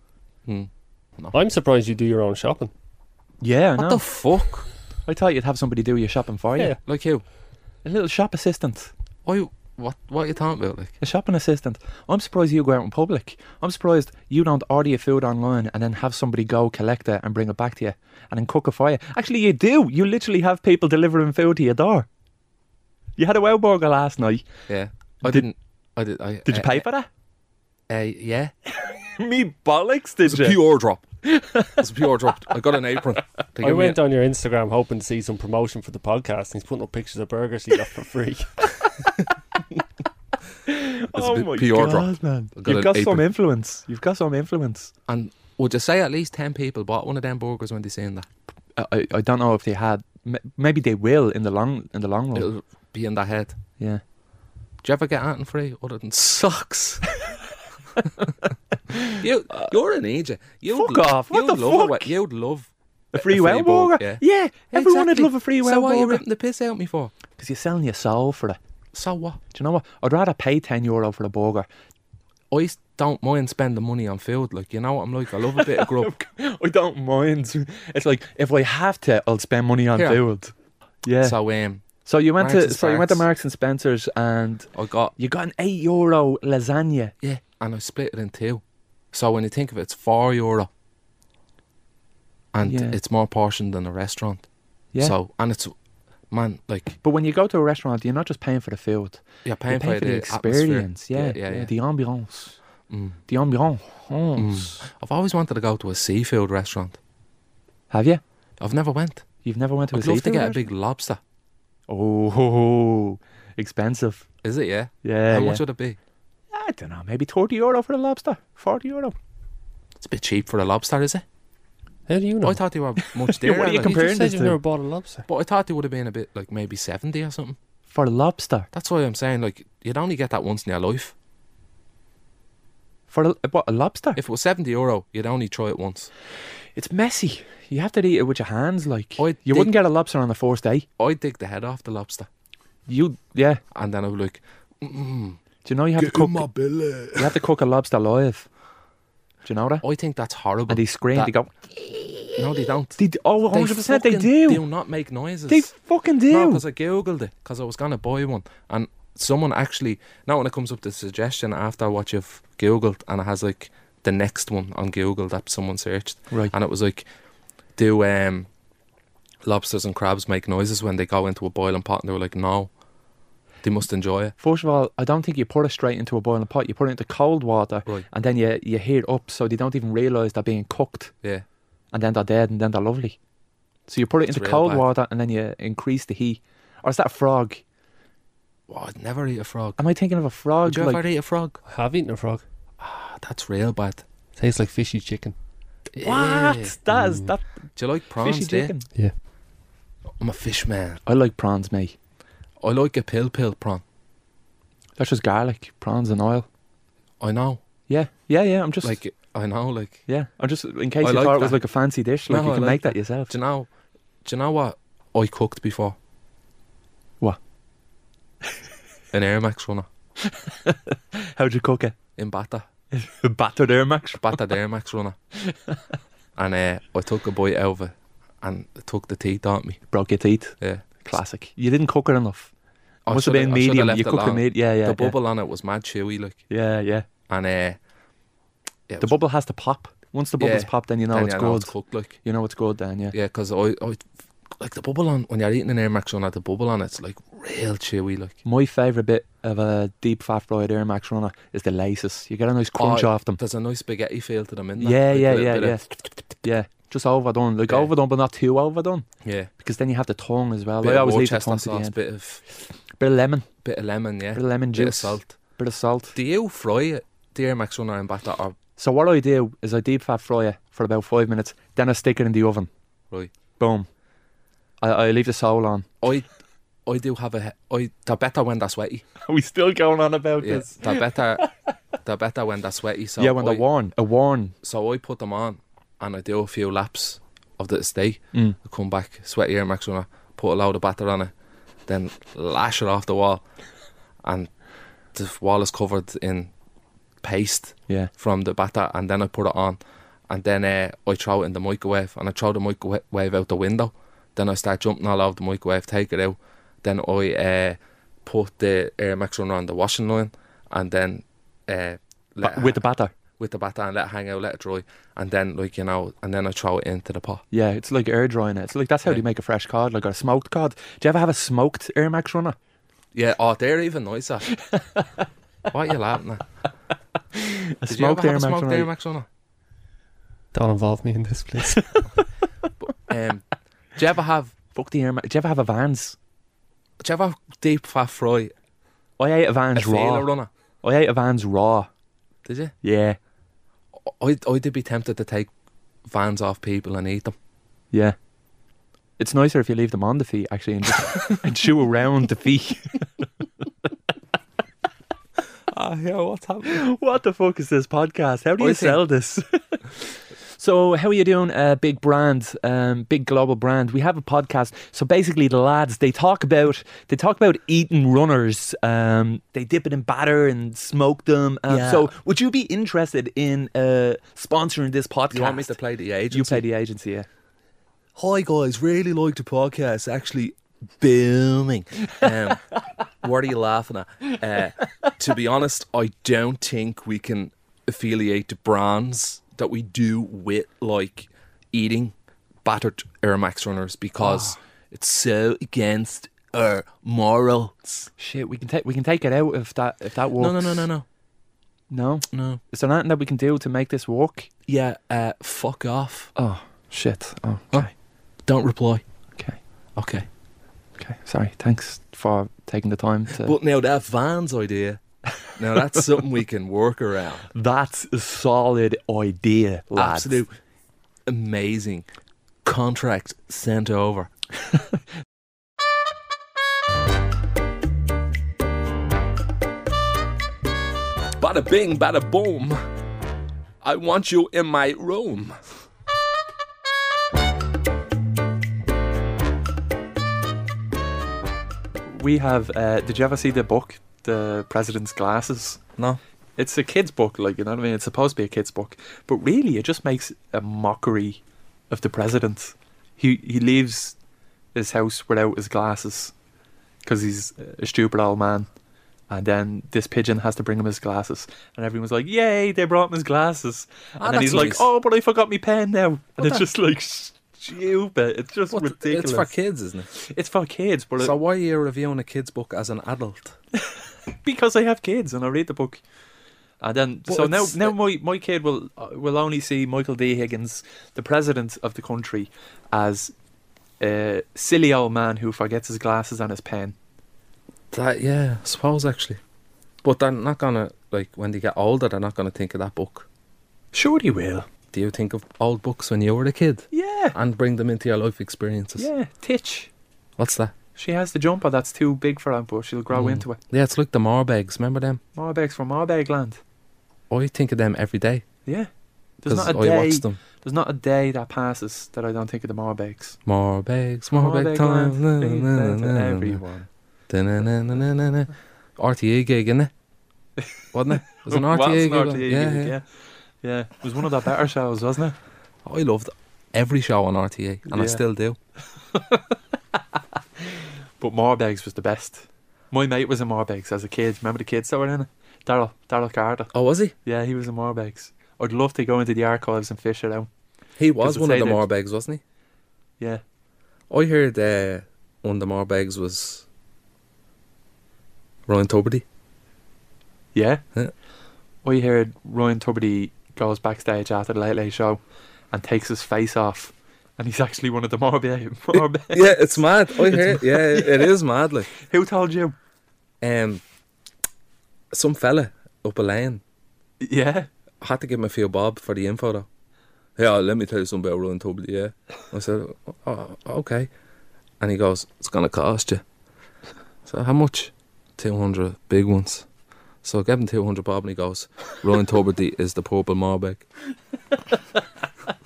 C: I'm surprised you do your own shopping.
B: Yeah, I
D: What
B: know.
D: the fuck?
B: I thought you'd have somebody do your shopping for you.
C: Yeah.
D: Like you?
B: A little shop assistant.
D: Why? What? What are you talking about? Like?
B: A shopping assistant. I'm surprised you go out in public. I'm surprised you don't order your food online and then have somebody go collect it and bring it back to you and then cook it for you. Actually, you do. You literally have people delivering food to your door. You had a well burger last night.
D: Yeah. I
B: Did-
D: did, not I did. I,
B: Did you
D: uh,
B: pay for that?
D: Uh, yeah.
B: Me bollocks, did you?
D: pure drop. It's a pure drop. I got an apron. They
C: I
D: gave me
C: went
D: a-
C: on your Instagram hoping to see some promotion for the podcast, and he's putting up pictures of burgers he got for free.
D: it's a bit pure drop.
B: Oh man.
D: I got
B: You've
D: an
B: got some
D: apron.
B: influence. You've got some influence.
D: And would you say at least 10 people bought one of them burgers when they seen that?
B: I- I, I don't know if they had. m- Maybe they will in the long in the long run.
D: It'll be in their head.
B: Yeah.
D: Do you ever get anything free Oh, other than socks? you, you're an agent. You'd
B: Uh, Fuck
D: lo-
B: off. What
D: you'd
B: the
D: love a wa-
B: fuck?
D: you'd love
B: A free,
D: free
B: well
D: bur-
B: burger.
D: yeah.
B: yeah. Everyone would
D: Exactly.
B: love a free well burger.
D: So why are you ripping the piss out of me for?
B: Because you're selling your soul for it.
D: So what?
B: Do you know what? I'd rather pay ten euro for a burger.
D: I s- don't mind spending money on food. Like, you know what I'm like? I love a bit of grub.
B: I don't mind. It's like if I have to, I'll spend money on
D: Yeah.
B: food. Yeah. So,
D: So, um,
B: you went
D: Marks
B: to
D: and
B: so you went to
D: Spencer's.
B: Marks and Spencers and
D: I got
B: you got an eight euro lasagna.
D: Yeah, and I split it in two. So when you think of it, it's four euro, and
B: Yeah.
D: it's more portion than a restaurant.
B: Yeah.
D: So and it's, man, like
B: But when you go to a restaurant, you're not just paying for the food.
D: you're paying
B: you're paying for the,
D: atmosphere.
B: experience. Yeah.
D: yeah, Mm. yeah.
B: The ambiance. The ambiance.
D: I've always wanted to go to a seafood restaurant.
B: Have you?
D: I've never went.
B: You've never went to a
D: I'd love to
B: seafood
D: get a
B: restaurant?
D: big lobster.
B: Oh, expensive.
D: Is it? Yeah.
B: Yeah.
D: How
B: yeah.
D: much would it be?
B: I don't know. Maybe thirty euro for a lobster. Forty euro.
D: It's a bit cheap for a lobster, is it?
C: How do you know?
D: I thought they were much dearer.
B: What are you
D: like.
B: compar- comparing
C: you just said
B: this
C: you've
B: to-
C: never bought a lobster.
D: but I thought they would have been a bit like maybe seventy or something.
B: For a lobster.
D: That's why I'm saying like you'd only get that once in your life.
B: For a, what, a lobster?
D: If it was seventy euro, you'd only try it once.
B: It's messy. You have to eat it with your hands. Like
D: Oh, I
B: you
D: dig-
B: wouldn't get a lobster on the first day.
D: I dig the head off the lobster,
B: You yeah.
D: and then I'm like,
B: Do you know you have to cook? You have to cook a lobster live. Do you know that?
D: I think that's horrible.
B: And they scream.
D: Oh, That-
B: They go.
D: No, they don't.
B: They, d- oh, 100 percent. They
D: fucking
B: do.
D: Do not make noises.
B: They fucking do.
D: No, because I googled it because I was gonna buy one, and someone actually now when it comes up the suggestion after what you've googled, and it has like the next one on Google that someone searched,
B: Right.
D: and it was like, do um, lobsters and crabs make noises when they go into a boiling pot? And they were like, no, they must enjoy it.
B: First of all, I don't think you put it straight into a boiling pot. You put it into cold water,
D: Right.
B: and then you you heat it up, so they don't even realise they're being cooked,
D: Yeah,
B: and then they're dead, and then they're lovely. So you put it
D: It's
B: into
D: real
B: cold
D: bad.
B: water, and then you increase the heat. Or is that a frog?
D: well, I'd never eat a frog.
B: Am I thinking of a frog?
D: Would you
B: like,
D: ever eat a frog?
C: I have eaten a frog.
D: Ah, that's real bad.
C: Tastes like fishy chicken.
B: what?
D: Yeah.
B: That is that
D: Do you like prawns?
B: fishy
D: yeah?
B: chicken.
D: I'm a fish man.
B: I like prawns, mate.
D: I like a pill pill prawn.
B: That's just garlic, prawns, and oil.
D: I know.
B: Yeah, yeah, yeah. I'm just
D: Like I know. Like
B: yeah. I'm just in case
D: I
B: you
D: like
B: thought it was
D: that.
B: like a fancy dish, like
D: No,
B: you
D: I
B: can
D: like
B: make that,
D: that.
B: yourself.
D: Do you know? Do you know what I cooked before?
B: What?
D: An Air Max runner
B: How'd you cook it?
D: in batter,
B: Battered Air Max.
D: battered Air Max runner, and uh, I took a bite out of it, and it took the teeth out me.
B: Broke your teeth.
D: Yeah,
B: Classic. You didn't cook it enough.
D: I
B: Must have
D: shoulda-
B: been
D: I shoulda
B: medium.
D: oh, left
B: You
D: it
B: cooked the
D: long.
B: meat. Yeah, yeah.
D: the
B: yeah.
D: bubble on it was mad chewy, like,
B: Yeah, yeah.
D: and uh, yeah,
B: The
D: it was-
B: bubble has to pop. Once the bubble's
D: Yeah.
B: popped, then you know
D: then
B: it's
D: you
B: good.
D: it's cooked, like,
B: you know it's good, then yeah.
D: yeah, because I, I, like the bubble on when you're eating an Air Max runner, the bubble on it's like real chewy, like.
B: My favourite bit of a deep fat fried Air Max runner is the laces. You get a nice crunch
D: Oh,
B: off them.
D: There's a nice spaghetti feel to them in there.
B: Yeah,
D: like,
B: yeah,
D: little
B: yeah,
D: bit
B: yeah.
D: of-
B: Yeah. Just overdone. Like
D: Yeah.
B: overdone, but not too overdone.
D: yeah.
B: Because then you have the tongue as well.
D: bit
B: I
D: of
B: always leave the
D: Worcester
B: tongue to the
D: sauce,
B: end.
D: bit of
B: Bit of lemon,
D: bit of lemon, yeah,
B: bit of lemon
D: bit of
B: juice,
D: salt.
B: bit of salt.
D: Do you fry it? Do you max runner and batter or
B: So what I do is I deep fat fry it for about five minutes, then I stick it in the oven.
D: Right.
B: Boom. I, I leave the sole on.
D: I? I do have a. he- I they're better when they're sweaty.
B: Are we still going on about
D: Yeah, they're better. they're better when they're sweaty. So
B: yeah, when
D: I,
B: they're worn. A worn.
D: So I put them on, and I do a few laps of the stay.
B: Mm.
D: I come back, sweaty air max runner, put a load of batter on it, then lash it off the wall, and the wall is covered in paste.
B: Yeah.
D: from the batter and then I put it on and then uh, I throw it in the microwave and I throw the microwave out the window. Then I start jumping all over the microwave, take it out. Then I uh, put the Air Max runner on the washing line and then
B: Ba-
D: uh, let it
B: with
D: ha-
B: the batter.
D: with the batter and let it hang out, let it dry. And then like you know, and then I throw it into the pot.
B: Yeah, it's like air drying it. It's like that's how
D: Yeah.
B: they make a fresh cod, like or a smoked cod. Do you ever have a smoked Air Max runner?
D: Yeah, oh, they're even nicer. what are you laughing at?
B: A
D: Did you ever
B: smoked
D: have
B: Air
D: a
B: Max
D: smoked Air
B: runner.
D: Max runner?
C: Don't involve me in this, please.
D: Um, do you ever have?
B: Fuck the Air Max. Do you ever have a Vans?
D: Do you ever have deep fat fry
B: I ate a
D: a
B: Vans raw.
D: feeler runner?
B: I ate a Vans raw.
D: Did you?
B: Yeah,
D: I I did be tempted to take vans off people and eat them.
B: yeah. It's nicer if you leave them on the feet actually and, just, and chew around the feet.
D: Ah, yeah, what's happening?
B: what the fuck is this podcast? How do
D: I
B: you
D: think-
B: sell this? so, how are you doing, uh, big brand, um, big global brand? We have a podcast. So basically, the lads they talk about they talk about eating runners. Um, they dip it in batter and smoke them. Um,
D: Yeah.
B: So, would you be interested in uh, sponsoring this podcast?
D: You want me to play the agency?
B: You play the agency, yeah.
D: Hi guys, really like the podcast. Actually, booming. Um, what are you laughing at? Uh, to be honest, I don't think we can affiliate the brands that we do with like eating battered Air Max runners because it's so against our morals.
B: Shit, we can take we can take it out if that if that works.
D: No, no, no, no, no,
B: no.
D: no.
B: Is there nothing that we can do to make this work?
D: Yeah, uh, fuck off.
B: Oh shit. Oh,
D: Oh.
B: okay.
D: Don't reply.
B: Okay.
D: Okay.
B: Okay. Sorry. Thanks for taking the time to.
D: But now that Vans idea, now that's something we can work around.
B: That's a solid idea, lads.
D: Absolute amazing contract sent over. bada bing, bada boom. I want you in my room.
B: we have. Uh, did you ever see the book, The President's Glasses?
D: No.
B: It's a kid's book, like, you know what I mean? It's supposed to be a kid's book. But really, it just makes a mockery of the president. He, he leaves his house without his glasses because he's a stupid old man. And then this pigeon has to bring him his glasses. And everyone's like, Yay, they brought him his glasses. And
G: Ah,
B: then
G: that's
B: he's like,
G: nice.
B: Oh, but I forgot my pen now. And it's
G: the-
B: just like stupid. It's just
G: What the-
B: ridiculous.
G: It's for kids, isn't it?
B: It's for kids, but it-
D: So why are you reviewing a kid's book as an adult?
B: because I have kids and I read the book. And then,
D: But
B: so now,
D: it's-
B: now my, my kid will uh, will only see Michael D. Higgins, the president of the country, as a silly old man who forgets his glasses and his pen.
D: That yeah, I suppose actually. But they're not gonna like when they get older they're not gonna think of that book.
B: Sure, he will.
D: Do you think of old books when you were a kid?
B: Yeah,
D: And bring them into your life experiences.
B: yeah. Titch,
D: What's that?
B: she has the jumper that's too big for her, but she'll grow
D: Mm.
B: into it.
D: Yeah, it's like the Marbegs, remember them? Oh,
B: Marbegs from Marbeg land.
D: I think of them every day.
B: Yeah, there's
D: Because
B: not a
D: I
B: day.
D: watch them.
B: There's not a day that passes that I don't think of the Marbegs.
D: Marbegs, Marbeg time. na, na, na, na, na, na, na.
B: everyone.
D: Da-na-na-na-na-na-na. RTA gig, innit? Wasn't it? It was an
B: Well,
D: RTA
B: it's
D: gig.
B: an
D: wasn't it?
B: RTA
D: yeah,
B: gig,
D: yeah.
B: yeah. Yeah, it was one of the better shows, wasn't it?
D: I loved every show on RTA, and I
B: Yeah.
D: still do.
B: But Marbegs was the best. My mate was in Marbegs as a kid. Remember the kids that were in it? Daryl, Daryl Carter.
D: Oh, was he?
B: Yeah, he was in Marbegs. I'd love to go into the archives and fish it out.
D: He was
B: Doesn't
D: one of
B: say
D: the
B: that.
D: Marbegs, wasn't
B: Yeah,
D: he? I heard uh, one of the Marbegs was Ryan Tuberty.
B: yeah.
D: Yeah.
B: I heard Ryan Tuberty goes backstage after the Late Late Show and takes his face off, and he's actually one of the Marbegs. Marbegs.
D: Yeah, it's mad. I heard. Yeah, it is mad. Like,
B: Who told you?
D: um, some fella up a lane
B: Yeah,
D: I had to give him a few bob for the info though. Yeah, let me tell you something about Ryan Tubley, yeah. I said, oh, okay. And he goes, it's going to cost you. So how much? 200 big ones. So I gave him 200 bob and he goes, Ryan Tubley is the purple Marbeck. I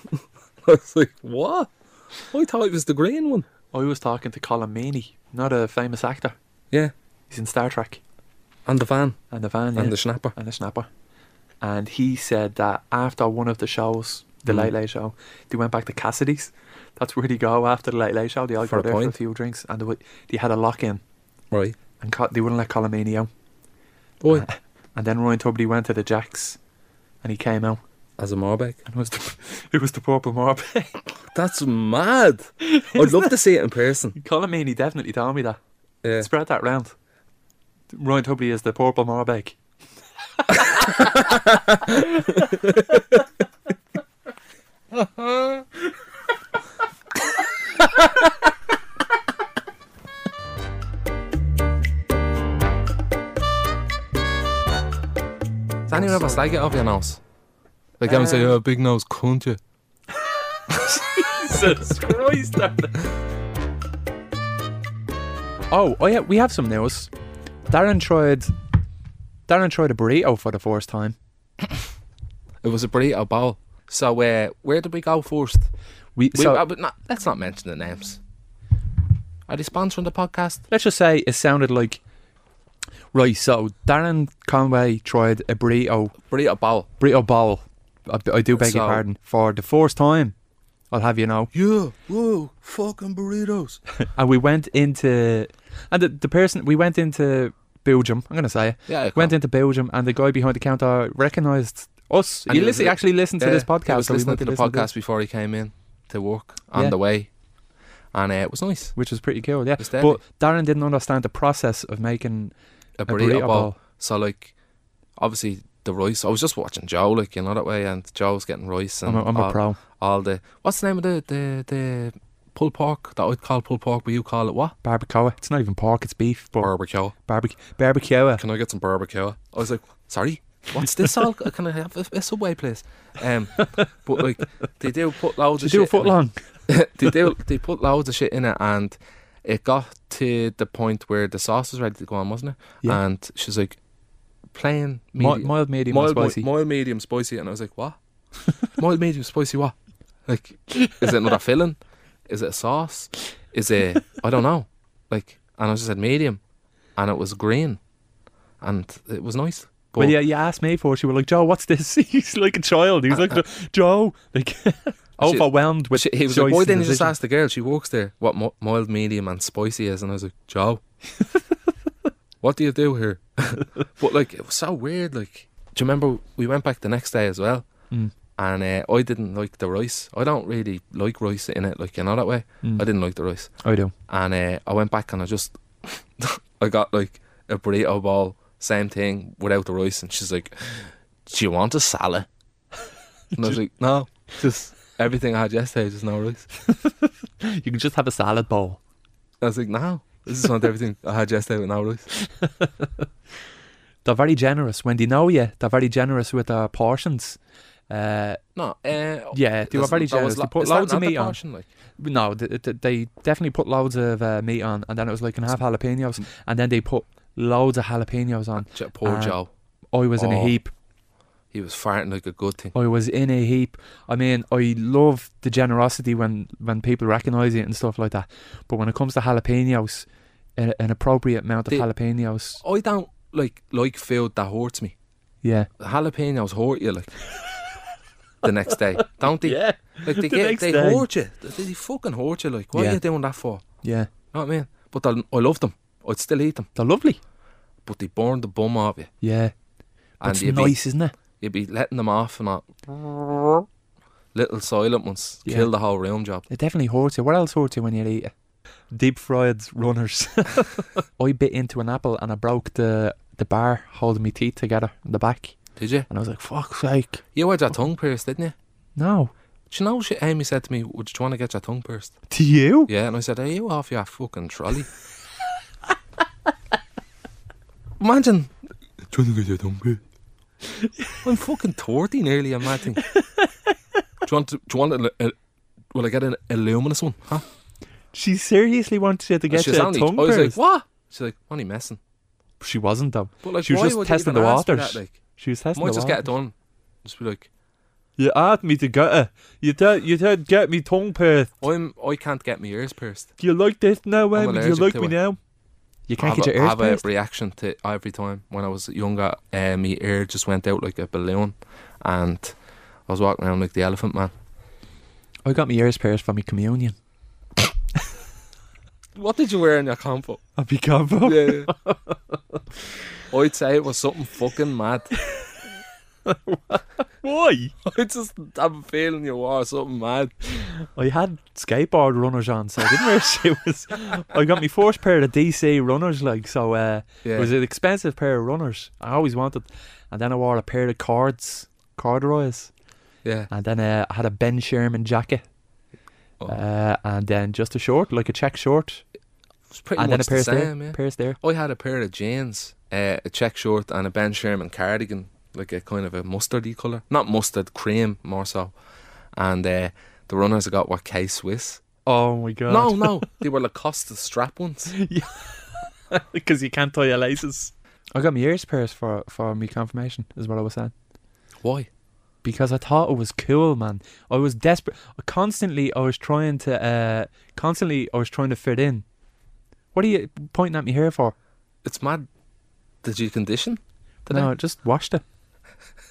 D: was like, what? I thought it was the green one.
B: I was talking to Colin Meaney, not a famous actor.
D: Yeah,
B: He's in Star Trek
D: and the van,
B: and the van. yeah.
D: and the schnapper.
B: and a snapper. And he said that after one of the shows, the Late Late Show, they went back to Cassidy's. That's where they go after the Late Late Show. They all
D: For
B: go
D: a
B: there for a
D: pint.
B: few drinks, and they, wa- they had a lock in,
D: Right.
B: and co- they wouldn't let Colomini out.
D: Boy,
B: And then Ryan Tubley went to the Jacks, and he came out,
D: as a Marbeck.
B: and it was the, it was the purple mob.
D: That's mad. I'd love to see it in person.
B: Colomini definitely told me that.
D: Yeah.
B: Spread that round. Ryan Tubley is the purple Marbeg.
D: Does anyone ever slag it off your nose? They go and say,
B: er
D: oh, big nose, cunt you.
B: Jesus Christ. oh, oh yeah, we have some news. Darren tried Darren tried a burrito for the first time.
D: It was a burrito bowl. So, uh, where did we go first?
B: We,
D: We,
B: so
D: uh, but not, let's not mention the names. Are they sponsoring the podcast?
B: let's just say it sounded like right. So Darren Conway tried a burrito
D: Burrito bowl.
B: burrito bowl. I, I do beg
D: So-
B: your pardon for the first time. I'll have you know.
D: Yeah, whoa, fucking burritos.
B: And we went into and the, the person we went into Belgium. I'm gonna say it.
D: Yeah, you
B: went
D: can.
B: into Belgium and the guy behind the counter recognised us.
D: And
B: he
D: he was
B: listen,
D: li-
B: actually listened to
D: Yeah,
B: this
D: He
B: podcast.
D: was
B: so we
D: listening
B: went
D: to the
B: listen
D: podcast
B: this,
D: before he came in to work on
B: Yeah.
D: the way. And uh, it was nice.
B: which was pretty cool. Yeah,
D: was deadly.
B: but Darren didn't understand the process of making
D: A
B: a
D: burrito, bowl. So, like, obviously, the rice. I was just watching Joe, like, you know, that way. And Joe was getting rice. And
B: I'm a, I'm a
D: all-
B: pro
D: all the what's the name of the the the pulled pork that I'd call pulled pork, but you call it what?
B: barbecue. It's not even pork; it's beef, but
D: Barbecue.
B: barbecue. Barbecue.
D: Can I get some barbecue? I was like, sorry, what's this all? Can I have a, a subway, please? Um, but like they do put loads
B: To
D: of
B: do a
D: shit in
B: foot
D: it.
B: long.
D: they do they put loads of shit in it and. It got to the point where the sauce was ready to go on, wasn't it?
B: Yeah.
D: And she's like, plain
B: Mi-
D: medium,
B: mild, medium, and
D: mild, mi-
B: spicy.
D: mild, medium, spicy, and I was like, what? mild, medium, spicy, what? Like, is it another filling? Is it a sauce? Is it I don't know. Like, and I just said medium, and it was green, and it was nice. But
B: Well, yeah, you asked me for. it. She was like, "Joe, what's this?" He's like a child.
D: Uh,
B: He's like, "Joe," like overwhelmed with.
D: she- Oh, he was like,
B: choice
D: "Why
B: and
D: didn't you just
B: decision."
D: ask the girl? She works there. What mo- mild, medium, and spicy is?" And I was like, "Joe, what do you do here?" but like, it was so weird. Like, do you remember we went back the next day as well?
B: Mm.
D: And uh, I didn't like the rice. I don't really like rice in it, like you know that way.
B: Mm.
D: I didn't like the rice.
B: I do.
D: and uh, I went back and I just I got like a burrito ball, same thing without the rice, and she's like, "Do you want a salad?" And I was like, "No, just everything I had yesterday, just no rice."
B: You can just have a salad bowl.
D: I was like, "No, I just want everything I had yesterday with no rice."
B: They're very generous when they know you. They're very generous with their portions. Uh,
D: No, uh,
B: Yeah, they were
D: that's-
B: very
D: that was
B: generous.
D: lo-
B: They put
D: is that
B: loads of
D: not the
B: meat on.
D: portion, like?
B: no, th- th- they definitely put loads of uh, meat on, and then it was like, "Can I have
D: Mm.
B: jalapenos?" And then they put loads of jalapenos on.
D: J- Poor
B: Uh,
D: Joe,
B: I was in a
D: Oh.
B: heap.
D: he was farting like a good thing.
B: I was in a heap. I mean, I love the generosity when when people recognise it and stuff like that. But when it comes to jalapenos, an, an appropriate amount of
D: The-
B: jalapenos,
D: I don't like like food that hurts me.
B: yeah,
D: Jalapenos hurt you like the next day, don't they? Like they
B: The
D: get,
B: next
D: they
B: day.
D: hoard you. They, they fucking hoard you. Like, what
B: Yeah.
D: are you doing that for?
B: yeah,
D: know what I mean? But they'll- I love them. I'd still eat them.
B: they're lovely.
D: But they burn the bum off you,
B: Yeah, that's
D: you'd
B: nice, isn't it?
D: be you'd be letting them off and that little silent ones
B: Yeah.
D: kill the whole room job.
B: It definitely hurts you. What else hurts you when you eat it? Deep fried runners. I bit into an apple and I broke the the bar holding my teeth together in the back,
D: Did you?
B: and I was like, "Fuck's sake,
D: You had your tongue pierced, didn't you?
B: no!"
D: Do you know she, Amy said to me, "Would you want to get your tongue pierced?"
B: To you?
D: Yeah, and I said, "Are you off your fucking trolley?" Imagine trying to get your tongue pierced. I'm fucking thirty nearly. I'm acting. do you want? To, do you want? A, a, will I get an, a luminous one? Huh?
B: She seriously wanted you to
D: And
B: get
D: she was
B: your
D: only-
B: tongue
D: I was like,
B: pierced.
D: "What?" She's like, "Only messing."
B: She wasn't though.
D: But like,
B: She was
D: why
B: just
D: would you
B: testing
D: even
B: the
D: ask me
B: waters.
D: That, like,
B: She was testing.
D: might
B: the
D: just
B: water.
D: get it done. Just be like,
B: You asked me to get it. You said you said get me tongue pierced.
D: "I'm. I can't get my ears pierced."
B: Do you like this now,
D: I'm
B: Amy? Do you
D: allergic
B: like
D: to
B: me
D: it.
B: now? You
D: I
B: can't
D: have
B: get
D: a-
B: your
D: I
B: ears
D: have a
B: pierced.
D: reaction to every time when I was younger. Uh, my ear just went out like a balloon, and I was walking around like the elephant man.
B: I got my ears pierced for my communion.
D: What did you wear in your combo?
B: I'll be careful.
D: Yeah. I'd say it was something fucking mad.
B: Why?
D: I just have a feeling you wore something mad.
B: I had skateboard runners on, so I didn't wear shoes. I got my first pair of DC runners, like so. Uh,
D: Yeah.
B: It was an expensive pair of runners. I always wanted, and then I wore a pair of cords, corduroys,
D: Yeah.
B: and then uh, I had a Ben Sherman jacket,
D: Oh.
B: uh, and then just a short, like a check short,
D: It's pretty
B: and then a
D: much
B: pair
D: the
B: of there,
D: same. Yeah.
B: pairs there.
D: I had a pair of jeans, uh, a check shirt, and a Ben Sherman cardigan, like a kind of a mustardy colour. Not mustard, cream more so. And uh, the runners I got were K Swiss.
B: Oh my god!
D: No, no, they were Lacoste strap ones.
B: because you can't tie your laces. I got my ears pierced for for me confirmation, is what I was saying.
D: Why?
B: Because I thought it was cool, man. I was desperate. Constantly, I was trying to. Uh, constantly, I was trying to fit in. What are you pointing at me here for?
D: It's mad. Did you condition? Did
B: no, I just washed it.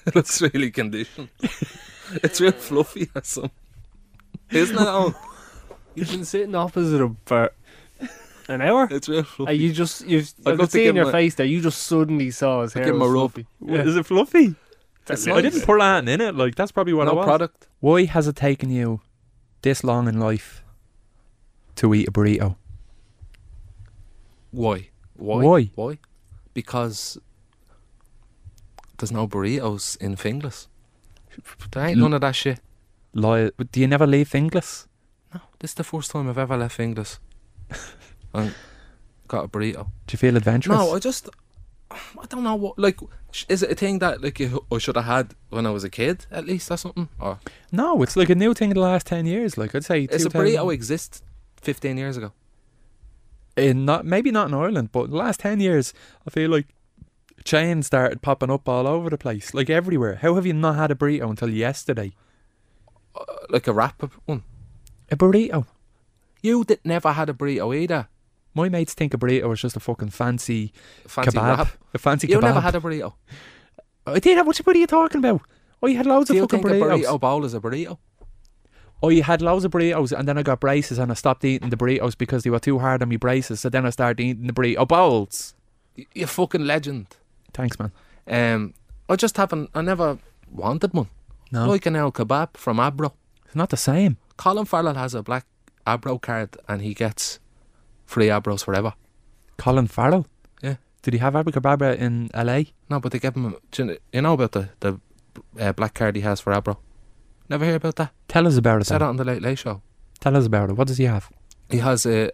D: It looks really conditioned. it's real fluffy or something. Isn't it? Owen?
C: You've been sitting opposite him for an hour.
D: It's real
C: Are
D: fluffy.
C: you just you've
D: I'd
C: I
D: love
C: could
D: to
C: see
D: give
C: in your
D: him a-
C: face there you just suddenly saw his hair.
D: give him a
C: was
D: rub.
C: fluffy.
B: Is it fluffy?
C: That's
B: I didn't put anything in it. Like that's probably what I
D: no
B: was.
D: product.
B: Why has it taken you this long in life to eat a burrito?
D: Why? Why?
B: Why?
D: Why? Because there's no burritos in Finglas. There ain't
B: L-
D: none of that shit.
B: Lie- do you never leave Finglas?
D: No, this is the first time I've ever left Finglas. and got a burrito.
B: Do you feel adventurous?
D: No, I just, I don't know what. Like, sh- is it a thing that like you, I should have had when I was a kid at least or something? Or
B: No, it's like a new thing in the last 10 years. Like, I'd say
D: is Oh,
B: 2000
D: a burrito exist 15 years ago?
B: in not maybe not in Ireland, but the last 10 years, I feel like chains started popping up all over the place, like everywhere. How have you not had a burrito until yesterday?
D: Uh, like a wrap up one.
B: A burrito.
D: You did never had a burrito either.
B: My mates think a burrito was just a fucking fancy,
D: Fancy
B: kebab.
D: wrap.
B: A fancy
D: You
B: kebab.
D: never had a burrito.
B: I did. have- What, what are you talking about? I had loads
D: Do
B: of
D: you
B: fucking
D: think a
B: burritos.
D: burrito bowl is a burrito?
B: I had loads of burritos, and then I got braces, and I stopped eating the burritos because they were too hard on me braces. So then I started eating the burrito bowls.
D: Y- You fucking legend.
B: Thanks, man.
D: Um, I just haven't. I never wanted one.
B: No,
D: Like an El Kebab from Abro.
B: it's not the same.
D: Colin Farrell has a black Abro card and he gets free Abros forever.
B: Colin Farrell.
D: Yeah.
B: Did he have Abracababra in L.A.?
D: No, but they give him. do you kn- you know about the the uh, black card he has for Abro? Never hear about that.
B: Tell us about it.
D: Said it
B: then.
D: on the Late Late Show.
B: Tell us about it. What does he have?
D: He has a.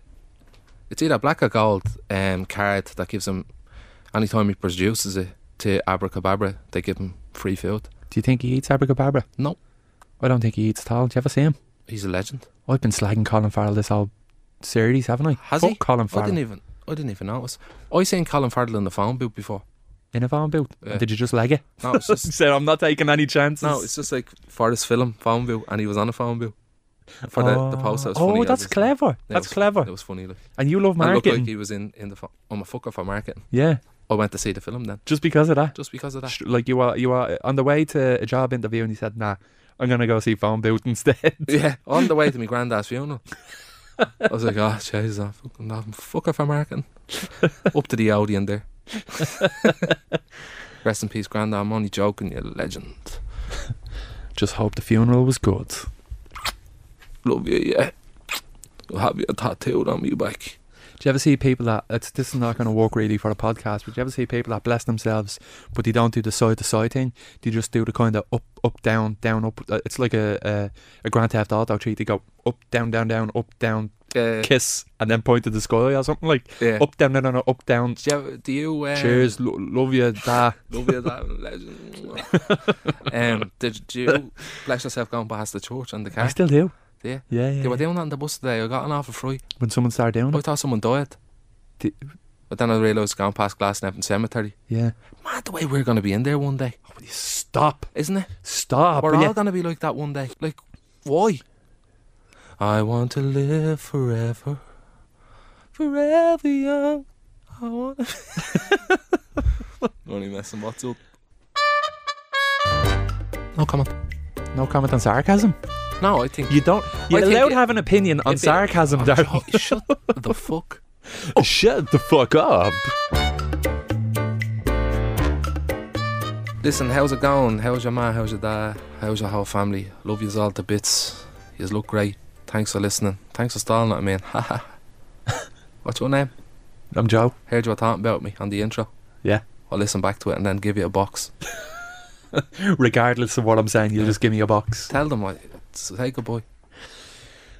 D: It's either black or gold um, card that gives him. Anytime he produces it to Abracababra, they give him free food.
B: Do you think he eats Abracababra?
D: No.
B: I don't think he eats at all. Do you ever see him?
D: He's a legend.
B: I've been slagging Colin Farrell this whole series, haven't I?
D: Has
B: Fuck
D: he?
B: Colin
D: I
B: Farrell.
D: didn't even. I didn't even notice. I seen Colin Farrell in the phone booth before.
B: In a van boot.
D: Yeah.
B: Did you just leg it?
D: No, it's just
B: said, I'm not taking any chances.
D: No, it's just like for this film, phone bill, and he was on a phone bill for the, the post. That was
B: Oh,
D: funny as
B: that's
D: it-
B: clever.
D: Yeah,
B: that's
D: it was,
B: clever.
D: It was funny. Like,
B: and you love
D: and it looked
B: marketing.
D: like he was in in the. Fo- I'm a fucker for marketing.
B: yeah,
D: I went to see the film then,
B: just because of that.
D: just because of that.
B: Sh- Like you are, you are on the way to a job interview, and he said, "Nah, I'm gonna go see phone boot instead."
D: yeah, on the way to my granddad's funeral. I was like, oh, Jesus, I'm fucking I'm a fucker for marketing. Up to the Audi in there. Rest in peace, granddad. I'm only joking, you legend.
B: Just hope the funeral was good.
D: Love you, yeah. I'll have you tattooed on me back.
B: Do you ever see people that it's this is not going to work really for a podcast? But do you ever see people that bless themselves, but they don't do the side to side thing? They just do the kind of up, up, down, down, up. Uh, It's like a a, a Grand Theft Auto treat. They go up, down, down, down, up, down, uh,
D: Yeah,
B: kiss, and then point to the sky or something like
D: yeah.
B: up, down, down, down, up, down.
D: Do you, do you uh,
B: Cheers, lo- love you, da.
D: Love you, that legend. um, did you bless yourself going past the church and the
B: I
D: car?
B: still do.
D: Do you?
B: Yeah, yeah.
D: They were
B: yeah.
D: doing that on the bus today. I got an offer free.
B: When someone started doing
D: I
B: it,
D: thought someone died.
B: Di-
D: But then I realised going past Glasnevin Cemetery.
B: yeah. Oh,
D: Mad the way we're going to be in there one day,
B: Stop,
D: isn't it?
B: stop.
D: we're
B: will
D: all
B: ya?
D: going to be like that one day. Like, why? I want to live forever. Forever young. I want to. Only messing what's up. No comment.
B: No comment on sarcasm.
D: No, I think
B: You don't.
D: I
B: You're
D: think
B: allowed to
D: it-
B: have an opinion on
D: it-
B: sarcasm,
D: Oh,
B: Darren.
D: shut- shut the fuck.
B: Oh, Shut the fuck up.
D: Listen, how's it going? How's your ma? How's your dad? How's your whole family? Love yous all to bits. Yous look great. Thanks for listening. Thanks for stalling at me. and haha. What's your name?
B: I'm Joe.
D: Heard you were talking about me on the intro.
B: Yeah.
D: I'll listen back to it and then give you a box.
B: regardless of what I'm saying, you'll
D: Yeah.
B: just give me a box.
D: Tell them I say goodbye.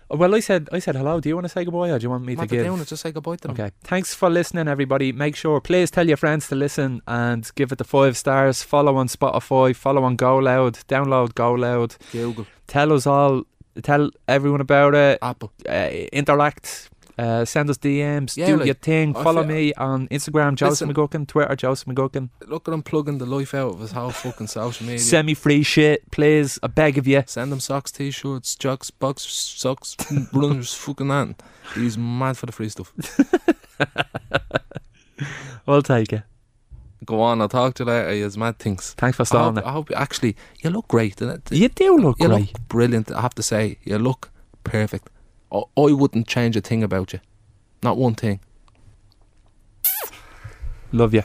B: Oh, Well, I said, I said hello. Do you want to say goodbye, or do you want me
D: Mad
B: to
D: they're
B: give?
D: doing it, just say goodbye to them.
B: Okay. Thanks for listening, everybody. Make sure, please tell your friends to listen and give it the five stars. Follow on Spotify. Follow on Go Loud. Download Go Loud.
D: Google,
B: Tell us all. Tell everyone about it.
D: Apple.
B: Uh, interact. Uh, send us DMs.
D: Yeah,
B: do
D: like,
B: your thing.
D: I
B: Follow
D: feel-
B: me on Instagram, Joseph
D: Listen.
B: McGuckin. Twitter, Joseph McGuckin.
D: Look at him plugging the life out of his whole fucking social media.
B: Send me free shit, please. I beg of you.
D: Send them socks, t-shirts, jocks, boxers, socks, runners, fucking that. He's mad for the free stuff.
B: I'll take it.
D: Go on, I'll talk to you later. He's mad things.
B: Thanks for
D: I hope,
B: starting
D: I hope actually you look great. Didn't it?
B: it. You do look
D: You
B: great.
D: look brilliant. I have to say, you look perfect. I, I wouldn't change a thing about you. Not one thing.
B: Love you.